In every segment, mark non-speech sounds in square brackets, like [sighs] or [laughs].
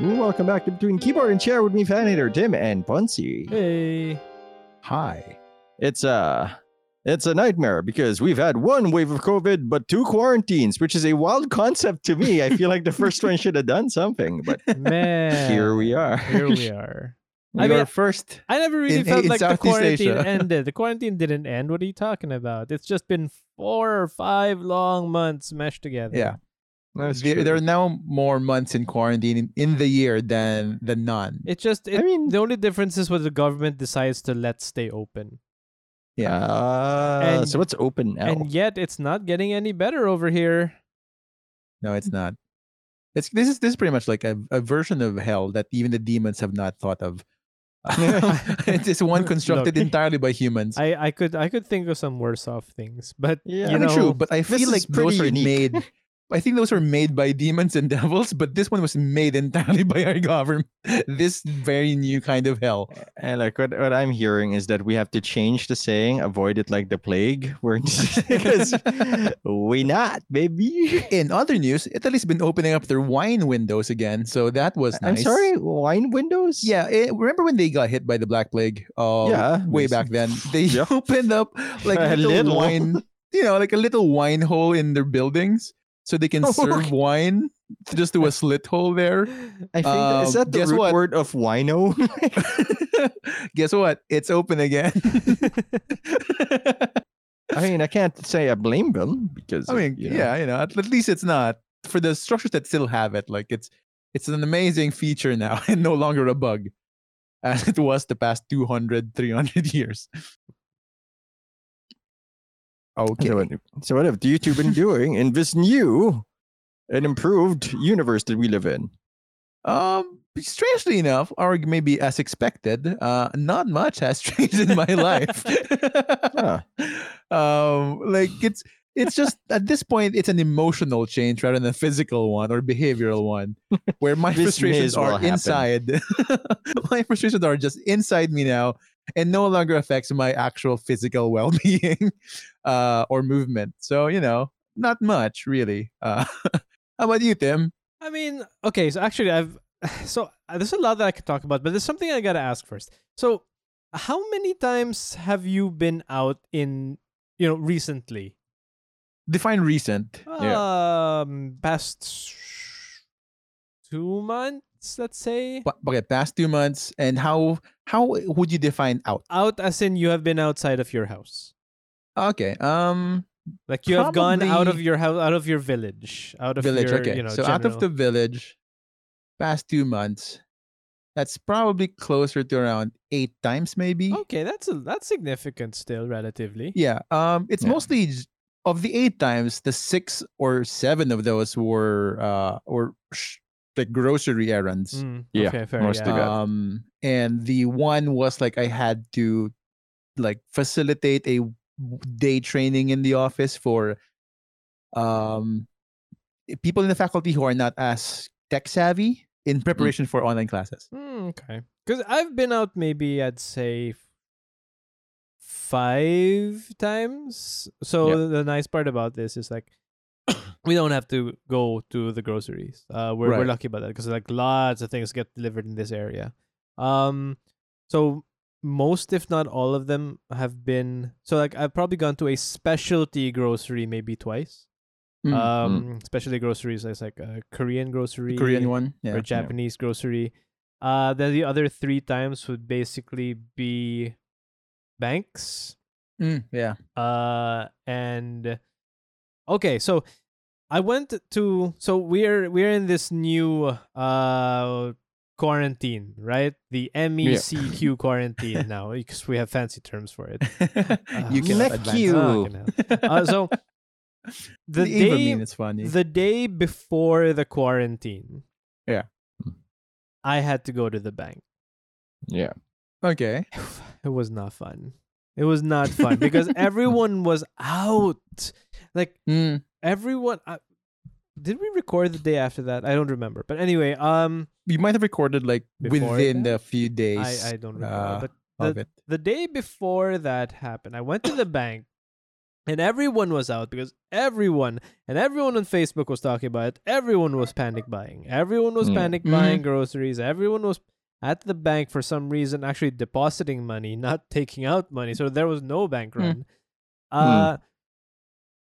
welcome back to Between Keyboard and Chair with me, Fanator, Tim, and Bunsy. [laughs] Hey. Hi. It's uh it's a nightmare because we've had one wave of COVID, but two quarantines, which is a wild concept to me. I feel like the first one should have done something, [laughs] but Man. here we are. Here we are. We I mean, are first. I never really In- felt in like the Southeast quarantine Asia. [laughs] ended. The quarantine didn't end. What are you talking about? It's just been four or five long months mashed together. Yeah. That's There, true. there are now more months in quarantine in, in the year than than none. It's just it, I mean, the only difference is what the government decides to let stay open. yeah. Uh, And- so what's open now? And yet it's not getting any better over here. No, it's not. It's this is this is pretty much like a, a version of hell that even the demons have not thought of. [laughs] it's just one Look, constructed entirely by humans. I, I could I could think of some worse off things, but Yeah. you I mean, know, true, but I this feel is like those pretty are unique. made. I think those were made by demons and devils, but this one was made entirely [laughs] by our government. This very new kind of hell. And like what, what I'm hearing is that we have to change the saying, avoid it like the plague. [laughs] We're because we not, [laughs] baby. In other news, Italy's been opening up their wine windows again, so that was nice. I'm sorry, wine windows? Yeah, eh, remember when they got hit by the Black Plague? Uh, Yeah. way back then. [laughs] They Yeah. opened up [laughs] like A a little. little, wine, you know, like a little wine hole in their buildings, so they [laughs] Oh, can serve wine just through a slit hole there. [laughs] I think that, is Uh, that the guess root what? word of wino? [laughs] Guess what? It's open again. [laughs] I mean, I can't say I blame them because I of, mean, you know, yeah, you know, at, at least it's not for the structures that still have it. Like it's it's an amazing feature now [laughs] and no longer a bug as it was the past 200 300 [laughs] years. Okay. So, what- so what have you two [laughs] been doing in this new and improved universe that we live in? Um, strangely enough, or maybe as expected, uh, not much has [laughs] changed in my life. [laughs] Huh. um, like it's it's [laughs] just at this point, it's an emotional change rather than a physical one or behavioral one, where [laughs] my This may frustrations as well are happen. inside. [laughs] my frustrations are just inside me now, and no longer affects my actual physical [laughs] well-being uh, or movement. So you know, not much really. Uh, [laughs] how about you, Tim? I mean, okay, so actually, I've [sighs] so uh, there's a lot that I could talk about, but there's something I gotta ask first. So, how many times have you been out in you know recently? Define recent. Uh, Um, past two months, let's say. Pa- okay, past two months, and how how would you define out? Out as in you have been outside of your house, Okay, um, like you have gone out of Probably- your house, out of your village, out of village. Your, okay, you know, so out of the general- village, past two months, that's probably closer to around eight times, maybe. Okay, that's a, that's significant still, relatively. Yeah, um, it's Yeah. mostly j- of the eight times, the six or seven of those were uh or sh- the grocery errands. Mm, Yeah, okay, fair, most of yeah. it. um and the one was like i had to like facilitate a w- day training in the office for um i- people in the faculty who are not as tech savvy in preparation for online classes Mm, okay. Because I've been out maybe I'd say f- five times. So Yeah. the nice part about this is like [coughs] we don't have to go to the groceries. Uh, we're we're Right. lucky about that because like lots of things get delivered in this area. Um, so most if not all of them have been so like I've probably gone to a specialty grocery maybe twice. Mm, um, specialty groceries is like a Korean grocery, korean one yeah [laughs] or Japanese grocery. Uh, then the other three times would basically be banks. Mm, [laughs] yeah Uh, and okay, so I went to so we're we're in this new uh quarantine, right? The MECQ [laughs] quarantine now because we have fancy terms for it. Uh, [laughs] you can Neck advance. Ah, you. Fucking hell. [laughs] Uh, [laughs] so the even day mean it's funny the day before the quarantine. Yeah. I had to go to the bank. Yeah. okay It was not fun. It was not fun because everyone was out. Like Mm, everyone I, Did we record the day after that? I don't remember. But anyway, um you might have recorded like Before that? within the few days I I don't remember. uh, but of it the day before that happened, I went to the bank and everyone was out because everyone and everyone on Facebook was talking about it. Everyone was panic buying. Everyone was Mm. Mm-hmm. panic buying groceries. Everyone was at the bank for some reason actually depositing money, not taking out money. So there was no bank Mm. run. Uh,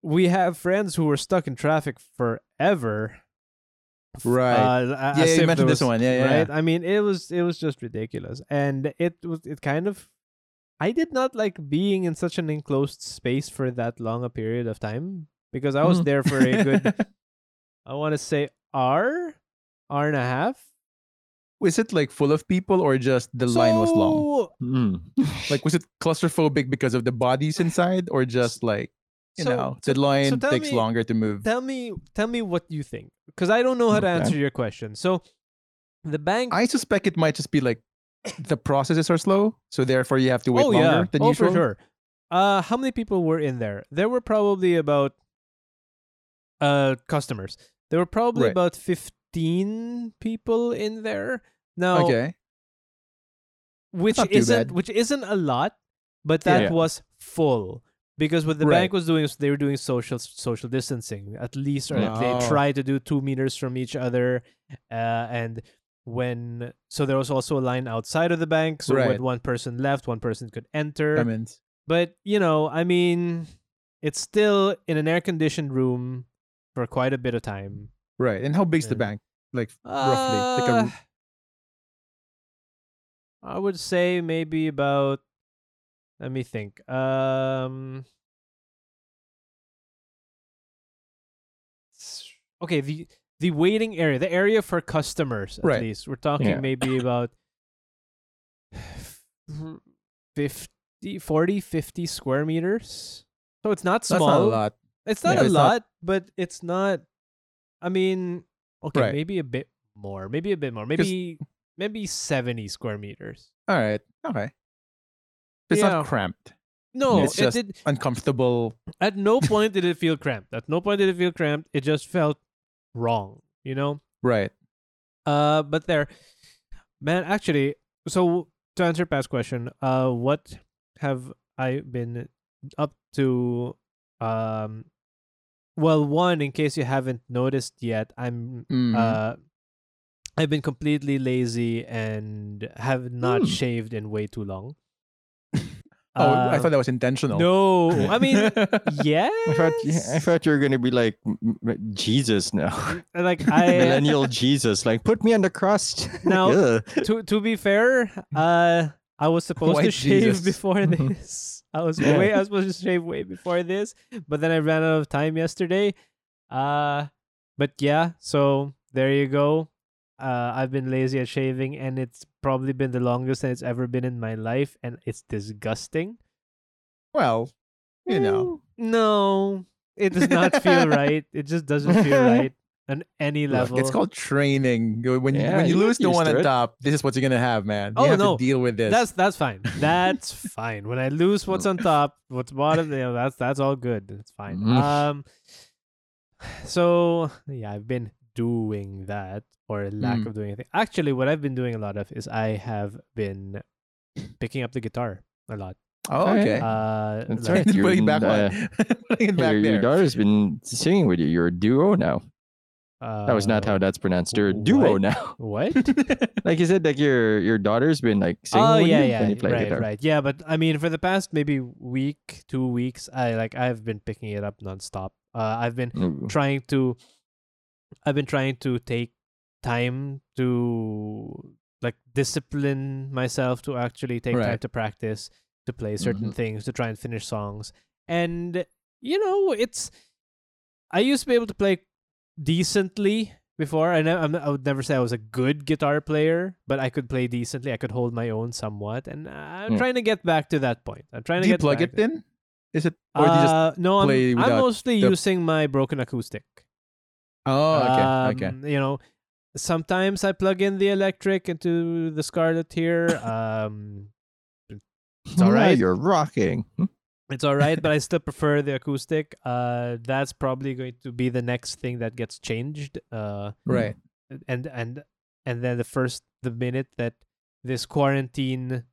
We have friends who were stuck in traffic forever. Right. Uh, a- yeah, as you if mentioned it this was- one. Yeah, yeah. Right. I mean, it was it was just ridiculous, and it was it kind of. I did not like being in such an enclosed space for that long a period of time because I was Mm. there for a [laughs] good, I want to say hour, hour and a half. was it like full of people or just the line was long? So- Mm. Like, was it claustrophobic because of the bodies inside or just like, you so know, the line tell takes me- longer to move? tell me, tell me what you think because I don't know how to Okay. answer your question. So, the bank. I suspect it might just be like the processes are slow, so therefore you have to wait oh, longer yeah. than oh, usual. for sure. Uh, how many people were in there? There were probably about uh customers. There were probably Right. about fifteen people in there. Now, Okay. which not too isn't bad. which isn't a lot, but Yeah. that Yeah. was full because what the Right. bank was doing is they were doing social social distancing at least, or they Oh. tried to do two meters from each other, uh, and when so there was also a line outside of the bank, so Right. when one person left, one person could enter. I mean, But you know, I mean, it's still in an air conditioned room for quite a bit of time. right. And how big's the Yeah. bank? Like roughly, like a, Uh, I would say maybe about. Let me think. Um. s- Okay the the waiting area, the area for customers at Right. least. We're talking Yeah. maybe about [sighs] 50 40 50 square meters. So it's not that's small. not a lot. It's not Yeah, a it's not- lot, but it's not. I mean, okay, Right. maybe a bit more. Maybe a bit more. Maybe maybe seventy square meters. All right. Okay. It's Yeah. not cramped, No, It's it just- did. uncomfortable. At no point did it feel cramped. At no point did it feel cramped. It just felt wrong. You know. Right. Uh, but there, man. Actually, so to answer past question, uh, what have I been up to? Um, well, one, in case you haven't noticed yet, I'm Mhm. Uh, I've been completely lazy and have not Hmm. shaved in way too long. oh, I Uh, thought that was intentional. no. I [laughs] mean, yes. I thought I thought you were gonna be like m- m- Jesus [laughs] now, [laughs] like I millennial Jesus. Like put me on the [laughs] cross. Now- Ugh. to to be fair, uh, I was supposed to [laughs] White shave Jesus. [laughs] before this. I was Yeah. way I was supposed to shave way before this, but then I ran out of time yesterday. Uh, but yeah, so there you go. Uh, I've been lazy at shaving, and it's probably been the longest that it's ever been in my life, and it's disgusting. Mm, well, you know. No, it does not [laughs] feel right. It just doesn't feel right on any Look, level. it's called training. Go- When, Yeah, you, when you, you get lose the used one to on it. top, this is what you're gonna have, man. You Oh, have no. to deal with this. That's that's fine. That's [laughs] fine. When I lose what's on top, what's bottom, you know, that's that's all good. It's fine. Mhm. Um so yeah, I've been doing that or lack Mm. of doing anything. Actually, what I've been doing a lot of is I have been picking up the guitar a lot. oh, Alright. okay. Uh That's like- [laughs] right. you're [laughs] putting it back in, on. [laughs] putting it Hey, back your, there. your daughter's been singing with you. You're a duo now. That was not how uh, that's pronounced. You're a what? duo now. [laughs] What? Like you said, like your your daughter's been like singing oh with yeah, you yeah, when you play right, guitar. right. Yeah, but I mean, for the past maybe week, two weeks, I like I've been picking it up nonstop. Uh, I've been Mm. trying to i've been trying to take time to like discipline myself to actually take time Right. Mm-hmm. to practice to play certain things to try and finish songs and you know it's i used to be able to play decently before i know I'm, i would never say i was a good guitar player but i could play decently i could hold my own somewhat and uh, Yeah. i'm trying to get back to that point i'm trying Mm. to do you get plug back it there. in? Is it or do you just? Uh, no I'm- play I'm, without mostly the- using my broken acoustic Oh, okay, okay. um, You know, sometimes I plug in the electric into the Scarlet here. Um, it's [laughs] all Yeah, right. You're rocking. [laughs] It's all right, but I still prefer the acoustic. Uh, that's probably going to be the next thing that gets changed. Uh, Right. and and and then the first the minute that this quarantine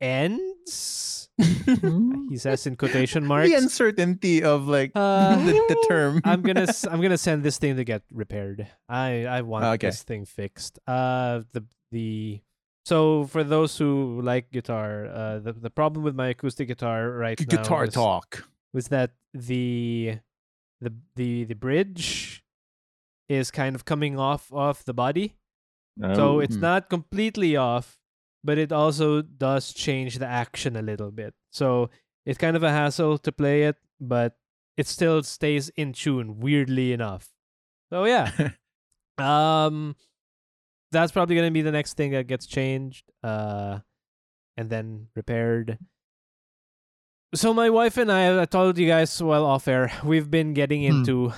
ends kids? he says in [laughs] quotation [laughs] marks. the uncertainty of like Uh, [laughs] the, [laughs] the term. I'm gonna s- I'm gonna send this thing to get repaired. I I want Oh, Okay. this thing fixed. Uh, the the so for those who like guitar, uh, the the problem with my acoustic guitar right now [laughs] guitar is- talk. was that the the the the bridge is kind of coming off off the body, [laughs] Oh, so it's Mhm. not completely off, but it also does change the action a little bit. So it's kind of a hassle to play it, but it still stays in tune, weirdly enough. So yeah. um that's probably gonna be the next thing that gets changed, uh and then repaired. So my wife and I I told you guys well off air, we've been getting Hmm. into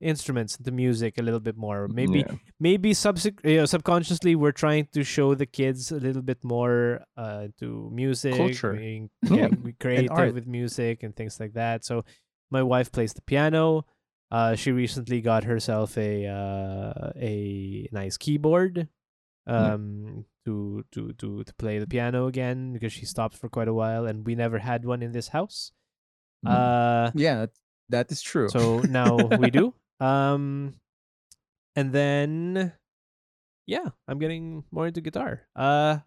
instruments, into music a little bit more. Maybe maybe subsequ- you know, subconsciously we're trying to show the kids a little bit more uh, to music Culture. being Yeah. getting art. creative with music and things like that so my wife plays the piano uh, she recently got herself a uh, a nice keyboard um to, to to to play the piano again because she stopped for quite a while and we never had one in this house Mm. uh Yeah, that- that is true. so now we do. Um, and then, yeah, I'm getting more into guitar. Uh,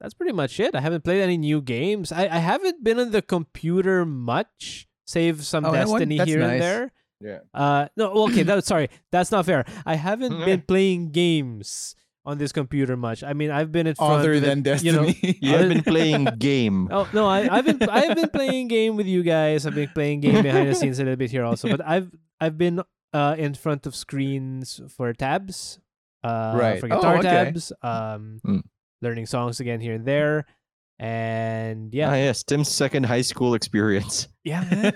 that's pretty much it. I haven't played any new games. I, I haven't been on the computer much, save some Oh, that one- Destiny that's here nice. and there. Yeah. Uh, no, okay, that, sorry, that's not fair. I haven't been playing games on this computer much. I mean, I've been in front Other of it, than you know, Destiny. [laughs] you other have been playing game. Oh no, I, I've been I've been playing game with you guys. I've been playing game [laughs] behind the scenes a little bit here also, but I've I've been uh, in front of screens for tabs, uh, Right. for Oh, guitar okay. Hmm. tabs, um, Mm. learning songs again here and there, and Ah, yeah, yes, Tim's second high school experience. yeah, [laughs] man.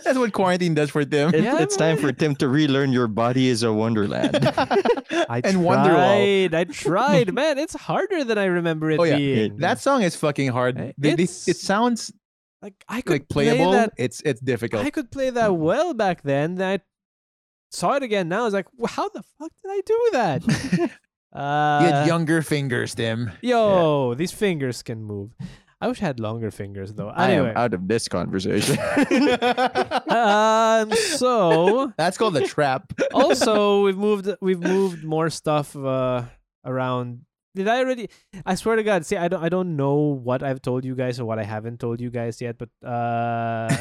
That's what quarantine does for them. [laughs] It- [laughs] Yeah, it's time for Tim to relearn your body is a [laughs] wonderland. I and Wonderwall. tried, I [laughs] tried, man. It's harder than I remember it Oh, yeah. being. That song is fucking hard. Eh, They- they- it's- it sounds like I could like play playable. that Hmm. it's it's difficult. [laughs] I [laughs] could play that well back then. Then I saw it again now. I was like, "Wh- how the fuck did I do [laughs] that? uh, you had younger fingers, [laughs] Tim. [laughs] Yo, these fingers can move. I wish I had longer fingers though. I Anyway, am out of this conversation. [laughs] um, so That's called a trap. also we've moved we've moved more stuff uh, around. Did I already? I swear to God. See, I don't I don't know what I've told you guys or what I haven't told you guys yet, but uh,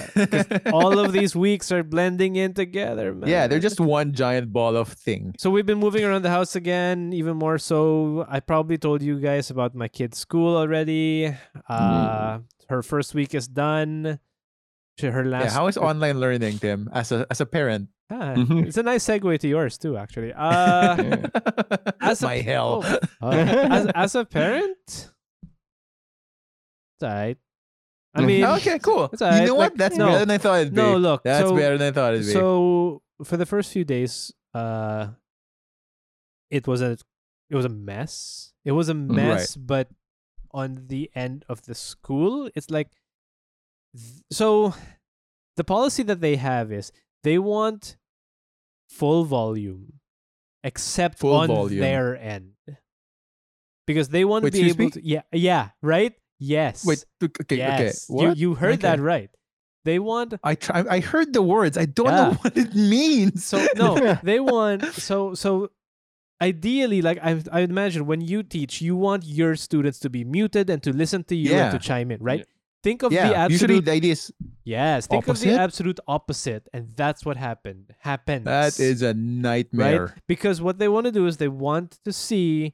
[laughs] all [laughs] of these weeks are blending in together, man. yeah, they're just one giant ball of thing. So we've been moving around the house again, even more so. I probably told you guys about my kid's school already. Uh, Her first week is done. She, her last. Yeah, how [laughs] is Mm-hmm. online learning, Tim? As a as a parent, Ah, Mhm. It's a nice segue to yours too, actually. [laughs] Uh, Yeah. as a, my hell. [laughs] oh, uh, as, as a parent, it's alright. I Mm-hmm. Mhm. mean, okay, cool. it's you alright, know like, what? That's no. better than I thought it'd be. no, look. That's so, better than I thought it'd be. So for the first few days, uh, it was a it was a mess. It was a Mm, mess, but on the end of the school, it's like th- so. The policy that they have is they want full volume, except Full on volume. their end, because they want to Wait, be excuse able me? to. Yeah, yeah, right. Yes. Wait, look, okay, okay. yes. What? You you heard Okay. that right. They want I try, I heard the words. I don't know Yeah. [laughs] what it means. [laughs] So no, they want so so ideally like I I imagine when you teach you want your students to be muted and to listen to you and to Yeah. chime in, right? Yeah. Think of the yeah, absolute usually the idea is yes, think of opposite? the absolute opposite and that's what happened. Happens. that is a nightmare. because what they want to do is they want to see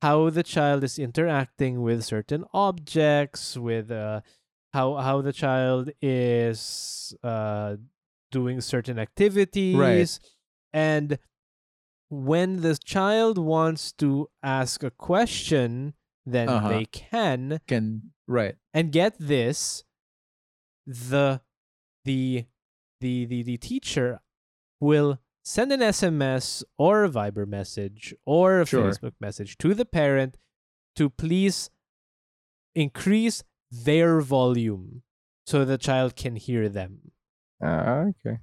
how the child is interacting with certain objects with uh, how how the child is uh, doing certain activities and when the child wants to ask a question then Uh-huh. they can Can right. and get this the the the the, the teacher will send an sms or a viber message or a Sure. facebook message to the parent to please increase their volume so the child can hear them Ah, okay.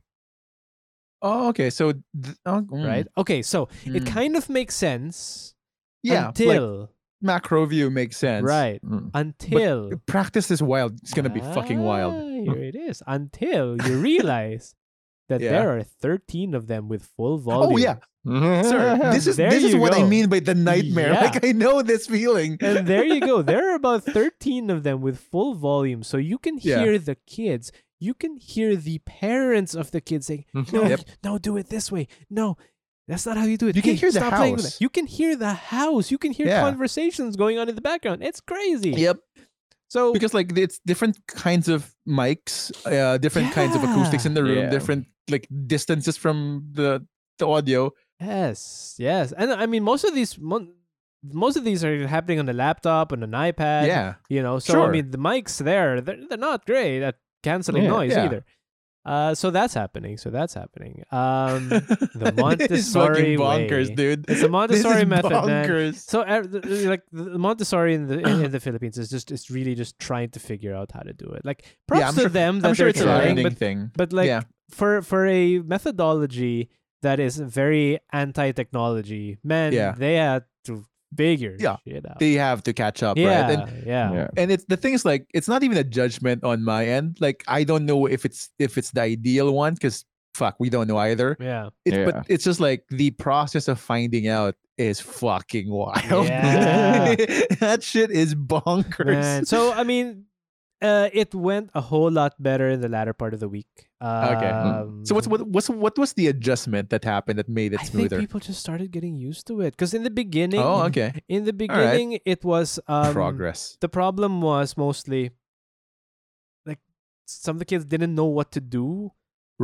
Oh, okay. So th- oh, mm, right okay so it mm. kind of makes sense yeah, like, until macro view makes sense. Hmm. Right. Mm. Until Practice is wild. It's gonna be fucking wild. Ah, [laughs] Here it is. Until you realize that Yeah. Oh, there are 13 of them with full volume. yeah. Sir, [laughs] [laughs] this is Ah. There this is you what I go. mean by the nightmare. Yeah. Like I know this feeling. And there you go. There are [laughs] about 13 of them with full volume. So you can Yeah. hear the kids. You can hear the parents of the kids saying, No, Yep. no, do it this way. No, that's not how you do it. You can Hey, hear the stop playing with house. that." You can hear the house. You can hear Yeah. conversations going on in the background. It's crazy. Yep. So Because like it's different kinds of mics, uh, different kinds of acoustics in the room, Yeah. different like distances from the the audio. yes, yes, and I mean most of these. Mon- most of these are happening on a laptop and an iPad. yeah. You know, so I Sure. mean, the mics there, they're, they're not great at canceling Yeah, noise yeah. either. Uh, so that's happening. So that's happening. Um, the [laughs] this is fucking Montessori bonkers, way. dude. It's a Montessori [laughs] this is method, man. bonkers. so uh, th- th- like the Montessori in the in, in the Philippines is just is really just trying to figure out how to do it. Like props I'm to sure- them that I'm sure they're it's a trying, learning but thing. but like Yeah. for for a methodology that is very anti-technology, man, Yeah. they had to figure Yeah. shit out. They have to catch up, yeah, right? And yeah, Yeah. and it's the thing is like it's not even a judgment on my end like i don't know if it's if it's the ideal one because fuck we don't know either yeah, it's Yeah. but it's just like the process of finding out is fucking wild Yeah. [laughs] that shit is bonkers Man, [laughs] So I mean, uh, it went a whole lot better in the latter part of the week. Um, Okay. Hmm. so what's what what's what was the adjustment that happened that made it I think smoother people just started getting used to it because in the beginning, oh okay in the All right. beginning, it was um, progress the problem was mostly like some of the kids didn't know what to do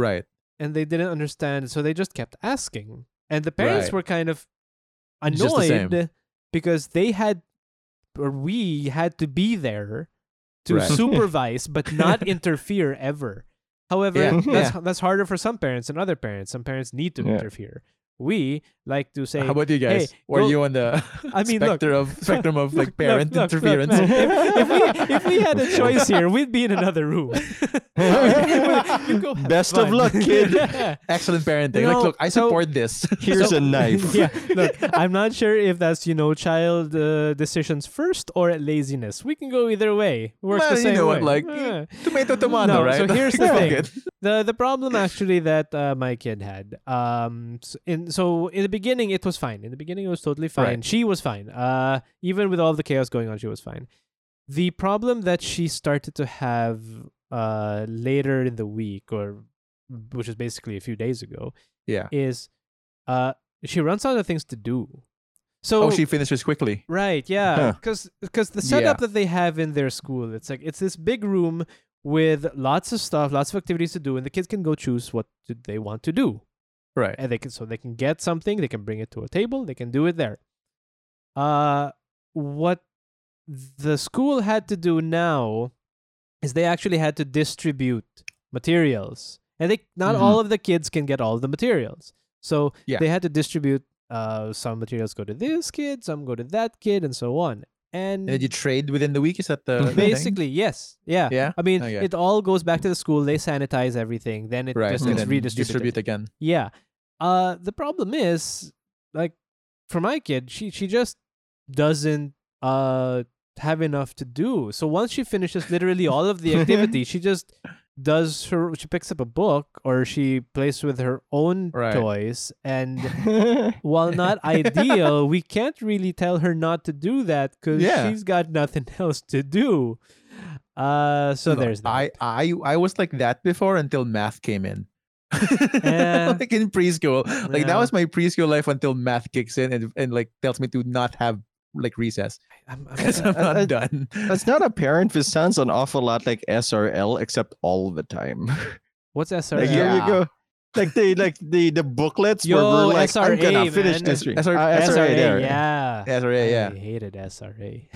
right and they didn't understand, so they just kept asking. And the parents Right. were kind of It's just the same. annoyed because they had or we had to be there to Right. [laughs] supervise but not interfere ever. However, Yeah. that's that's harder for some parents than other parents. Some parents need to Yeah. interfere. We like to say how about you guys were go- you on the I mean, look. spectrum of spectrum of [laughs] like Look, parent look, look, look, interference man, if, if we, if [laughs] we had a choice here, we'd be in another room. [laughs] You go have Best of fun. luck, kid. [laughs] Yeah. excellent parenting You know, like look i so- support this Here's So- a knife. [laughs] yeah, look, I'm not sure if that's you know child uh, decisions first or laziness. We can go either way. Works Well, the you same know way. what, like, Yeah. [laughs] tomato tomato, No, right? so here's [laughs] the Fuck thing. it. the the [coughs] problem actually that uh, my kid had. Um, s- in so in the beginning it was fine. In the beginning it was totally fine. Right. She was fine. Uh, even with all the chaos going on, she was fine. The problem that she started to have uh later in the week, or which is basically a few days ago, Yeah. is uh she runs out of things to do. So Oh, she finishes quickly. Right, yeah. Huh. Because the setup that they have in their school, it's like it's this big room with lots of stuff, lots of activities to do, and the kids can go choose what do they want to do, Right. and they can so they can get something, they can bring it to a table, they can do it there. Uh, what the school had to do now is they actually had to distribute materials, and they not Mhm. all of the kids can get all of the materials, so Yeah. they had to distribute uh, some materials go to this kid, some go to that kid, and so on. And And then you trade within the week. Is that the the thing? Oh, basically, yes, yeah. Yeah. I mean, Okay. it all goes back to the school. They sanitize everything. Then it Right. just and gets then redistributed. distribute again. Yeah. Uh, the problem is, like, for my kid, she she just doesn't uh have enough to do. So once she finishes literally all of the activity, [laughs] she just does her. She picks up a book or she plays with her own Right. toys and [laughs] yeah. while not ideal, we can't really tell her not to do that because Yeah. she's got nothing [laughs] else to do. Uh, so Look, there's that. I, I, I was like that before until math came in. [laughs] Yeah. like in preschool, like Yeah. that was my preschool life until math kicks in and, and like tells me to not have like recess I'm, [laughs] I'm- because I'm Uh, not uh, done. [laughs] [laughs] That's not apparent. This sounds an awful lot like SRL, except all the time. [laughs] what's SRA? like there Yeah. you go. Like they like the the booklets where Yo, we're like, I'm SRA, gonna finish man. this thing. SR- Ah, SRA, there. [laughs] yeah. Yeah, sorry, yeah. I You hated SRA.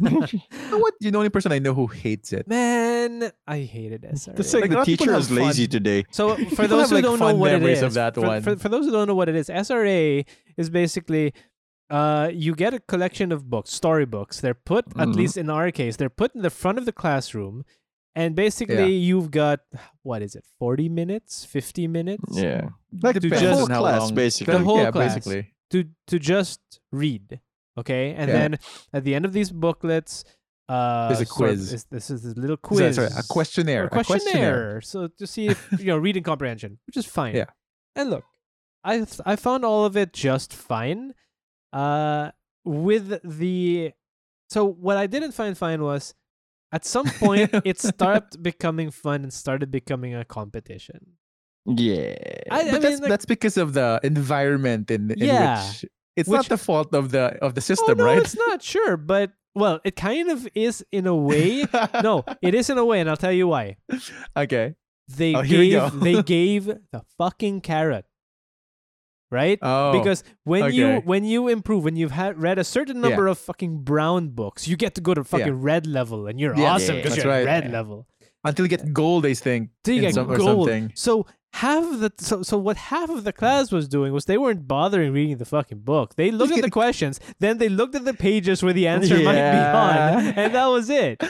know what? You're the only person I know who hates it. Man, I hated SRA. It's like, Like, a lot the of people teacher have is lazy fun. today. [laughs] So for People those have, who like, don't know fun what it memories is, of that for, one. For, for those who don't know what it is, SRA is basically uh, you get a collection of books, storybooks. They're put, Mm-hmm. at Mhm. least in our case, they're put in the front of the classroom, and basically you've got what is it, forty minutes, fifty minutes, Yeah, like Depends just on how class long- basically. The whole yeah, class. basically. to to just read. Okay, and Yeah. then at the end of these booklets, uh, There's a sort of quiz. is- this is this little Sorry, quiz. sorry, a questionnaire. or questionnaire. So to see if [laughs] you know reading comprehension, which is fine. Yeah. And look, I th- I found all of it just fine. Uh, with the so what I didn't find fine was at some point [laughs] it stopped becoming fun and started becoming a competition. Yeah. I, I But mean, that's, like, that's because of the environment in, in Yeah. which it's Which- not the fault of the of the oh, system, no, right? it's not sure, but well, it kind of is in a [laughs] way. no, it is in a way, and I'll tell you why. Okay. They Oh, here we go. gave [laughs] they gave the fucking carrot, right? Oh. because when you okay. when you improve when you've had read a certain Yeah. number of fucking brown books you get to go to fucking red level and you're Yeah. awesome because That's you're at right. red Yeah. level until you get gold, I think. so you in get some- or gold something. so half of the so, so what half of the class was doing was they weren't bothering reading the fucking book they looked at the questions then they looked at the pages where the answer might be Yeah. on and that was [laughs] it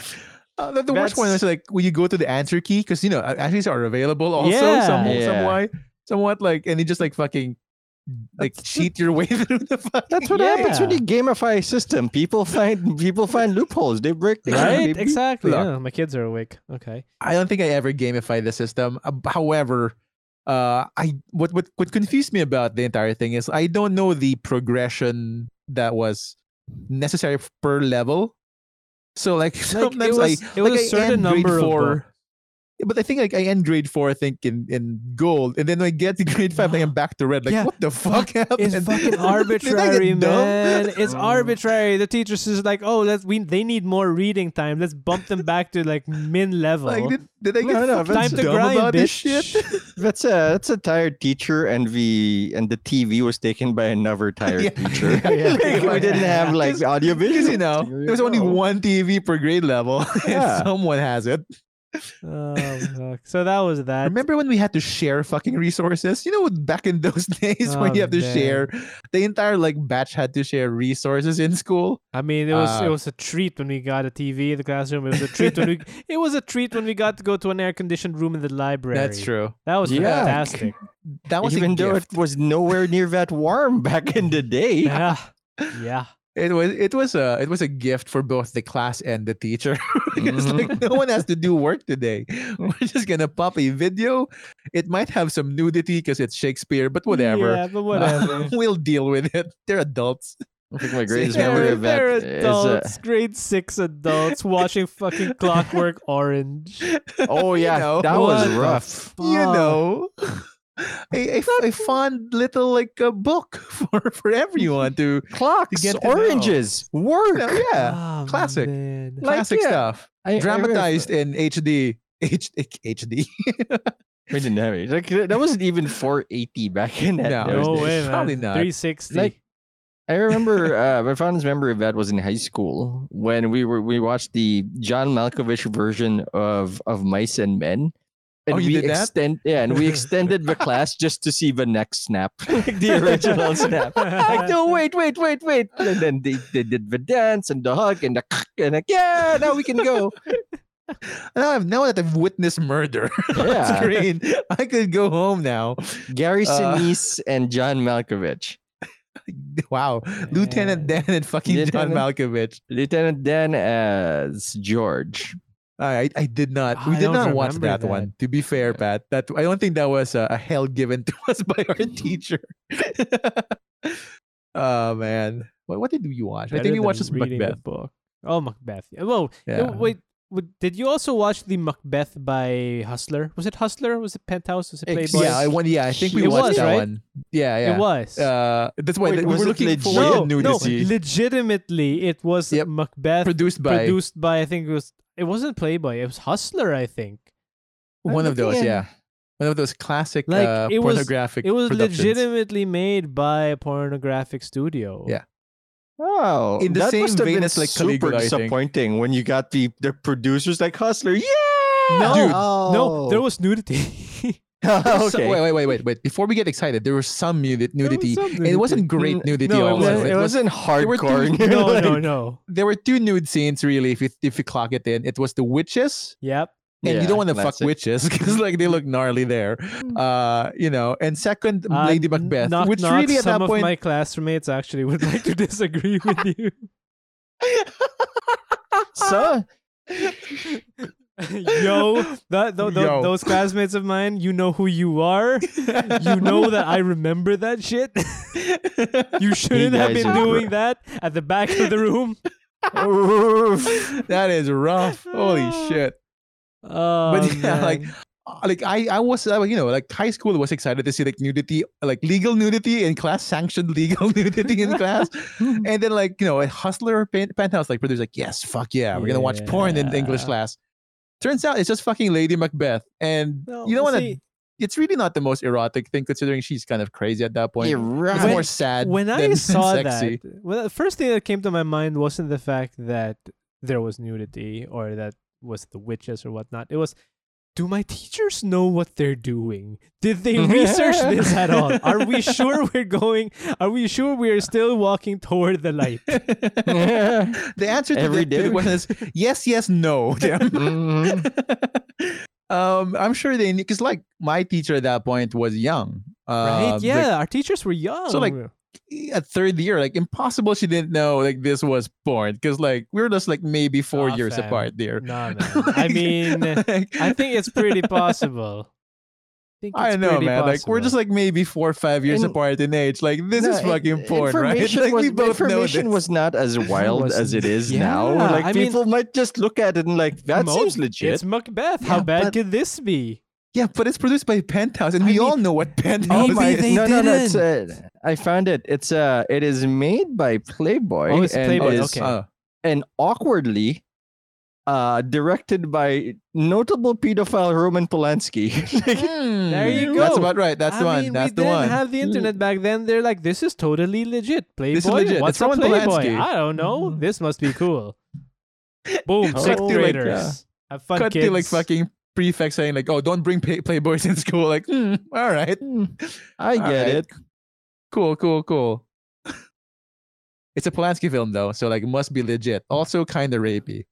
Uh, the the worst one That's- is like when you go to the answer key because you know uh, answers are available also Yeah. some, Yeah. some why, somewhat like and you just like fucking like cheat your way [laughs] through the fucking That's what happens when Yeah. you gamify a system. People find people find loopholes. They break things. right They- exactly Look. Yeah, my kids are awake okay I don't think I ever gamify the system. Uh, However, uh, I what what what confused me about the entire thing is I don't know the progression that was necessary f- per level. So like [laughs] sometimes it was, I it was like a I certain end grade number of four, books. But I think like I end grade four, I think in in gold, and then when I get to grade five, like I'm back to red. Like Yeah. what the fuck happened? It's Did [laughs] fucking I get arbitrary, dumb? [laughs] man. It's Mm. arbitrary. The teachers is like, oh, let's we they need more reading time. Let's bump them back to like min level. [laughs] Like did, did I No, get no, fucking time to dumb grind, about bitch. this shit? That's a that's a tired teacher, and the and the TV was taken by another tired Yeah. teacher. [laughs] Yeah, yeah. Like, we didn't have like 'Cause- audio Because visual. you know, There you there's only go. one TV per grade level, [laughs] Yeah. and someone has it. [laughs] Oh, fuck. So that was that. Remember when we had to share fucking resources? You know, back in those [laughs] days Oh, when you have to man. share, the entire like batch had to share resources in school. I mean, it was it Uh, was a treat when we got a TV in the classroom. It was a treat [laughs] when we it was a treat when we got to go to an air conditioned room in the library. true. That was Yeah. fantastic. [laughs] That was Even though it, it was nowhere near that warm back in the day. [laughs] Yeah. Yeah. it was it was a it was a gift for both the class and the teacher. [laughs] because Mhm. like no one has to do work today. [laughs] We're just gonna pop a video. It might have some nudity because it's Shakespeare, but whatever. Yeah, but [laughs] Uh, whatever. we'll deal with it. They're adults. I think my greatest Yeah, memory They're, of that they're is uh, [laughs] adults, grade six adults watching fucking [laughs] Clockwork Orange. oh [laughs] yeah, know, that what was the rough. you Fuck. [laughs] know a, a, f- a fond little like a book [laughs] for for everyone [laughs] to Clocks, get to know. oranges, work. you know, yeah Ah, classic. man. Like, classic yeah. stuff I- I remember- dramatized in hd H, hd We didn't have it. Like that wasn't even 480 back in that. No. those No days. way, man. Probably not. 360. [laughs] Like, I remember uh, my fondest memory of that was in high school when we were we watched the John Malkovich version of of Mice and Men. And Oh, you we did that? extend yeah, and we extended the class just to see the next snap, [laughs] [laughs] like the [laughs] original snap. Like, no, wait, wait, wait, wait. And then they, they did the dance and the hug and the and like, yeah, now we can go. [laughs] [laughs] now i've now that i've witnessed murder on Yeah. screen [laughs] i could go home now [laughs] Gary Uh, Sinise and John Malkovich. wow lieutenant dan and fucking john Lieutenant- malkovich Lieutenant Dan as George. all right i did not I we did don't not watch remember that, that. one to be fair pat that i don't think that was a, a hell given [laughs] to us by [laughs] our teacher [laughs] oh man what, what did we watch i Better think we watched than this reading the macbeth book. Oh, Macbeth. Yeah, Whoa. yeah. Uh, Wait. w- Did you also watch the Macbeth by Hustler? Was it Hustler? Was it Penthouse? Was it Ex- Playboy? yeah i won yeah i think we It watched was, that right? one yeah yeah It was. uh that's why Wait, th- we was were it looking legit? for no, no, no, nudity legitimately, it was Yep. Macbeth produced by produced by I think it was it wasn't Playboy, it was Hustler, I think. one of looking those at- yeah one of those classic Like, uh, it was- pornographic It was productions. [laughs] legitimately made by a pornographic studio. Yeah. Oh, In the that same must have vein been as, like, super Caligula, I think. disappointing when you got the the producers like Hustler. Yeah, No, Dude. Oh. No, there was [laughs] nudity. [laughs] okay. So- wait, wait, wait, wait, wait. Before we get excited, there was some nudity. There was nudity. some And nudity. it wasn't great Mm, nudity. no, it also. it, wasn't- It was- wasn't were two- [laughs] hardcore. [laughs] no, no, no. there were two nude scenes really. If you if you clock it in, it was the witches Yep. and you Yeah, don't want to fuck classic. witches [laughs] because like they look gnarly there. Uh, you know, and second, Mm. Uh, Lady n- Macbeth, knock, which knock, really at some that of point, [laughs] my classmates actually would like to [laughs] disagree with you. So Yo, that, tho- tho- Yo. those classmates of mine, you know who you are. [laughs] You know that I remember that shit. you shouldn't have guys been are gr- doing that at the back of the [laughs] room. Oof, that is rough. Holy Ah. shit! Oh, But yeah, like man. uh, like I I was uh, you know like high school was excited to see like nudity like legal nudity in class sanctioned [laughs] legal nudity in class, and then like you know a hustler pen- penthouse like producer's like yes fuck yeah we're gonna watch porn in English Yeah. class. Turns out it's just fucking Lady Macbeth, and [laughs] No, you don't want to see, it's really not the most erotic thing considering she's kind of crazy at that point. right. It's [laughs] more sad When [laughs] than I saw sexy. that, well, the first thing that came to my mind wasn't the fact that there was nudity or that was the witches or whatnot. It was, do my teachers know what they're doing? Did [laughs] they research this at all? Are we sure we're going? Are we sure we are still walking toward the [laughs] light? the answer to, Every the, to the day. question is yes, [laughs] yes, no. Jim. Mhm. um, I'm sure they because like my teacher at that point was young. Right? Um, yeah, our teachers were young. [laughs] like, like, at third year, like impossible she didn't know like this was porn because like we were just like maybe four Ah, years fam. apart there. nah, [laughs] man. I mean, Like- I think it's [laughs] pretty possible. think I it's know, pretty man. Like we're possible. just like maybe four or five years And- apart in age. Like this No, is it- fucking porn, right? information Like was, we both know this. information was not as wild was- as it is yeah, now. Like I mean- people might just look at it and like that Mo- seems legit. It's Macbeth. How Yeah, bad but- could this be? yeah, but it's produced by Penthouse, and I we mean, all know what Penthouse maybe is. they no, no, no. It's, uh, I found it. It's uh, it is made by Playboy. Oh, it's and Playboy, is- okay. uh, and awkwardly uh directed by notable pedophile Roman Polanski. [laughs] Like, Hmm, There you [laughs] That's go. about right. That's the I one. mean, That's we the didn't one. have the internet back then. They're like, this is totally legit. Playboy. is legit. What's It's a Roman Playboy? Polanski. I don't know. Mhm. This must be [laughs] cool. Boom. Cut Sixth to, like, graders. uh, Have fun, Oh, Cut kids. to like fucking prefect saying like, "Oh, don't bring pay- playboys in school." Like, mm, all right, I All get right. it. cool, cool, cool. it's a Polanski film though, so like, it must be legit. Also, kind of rapey.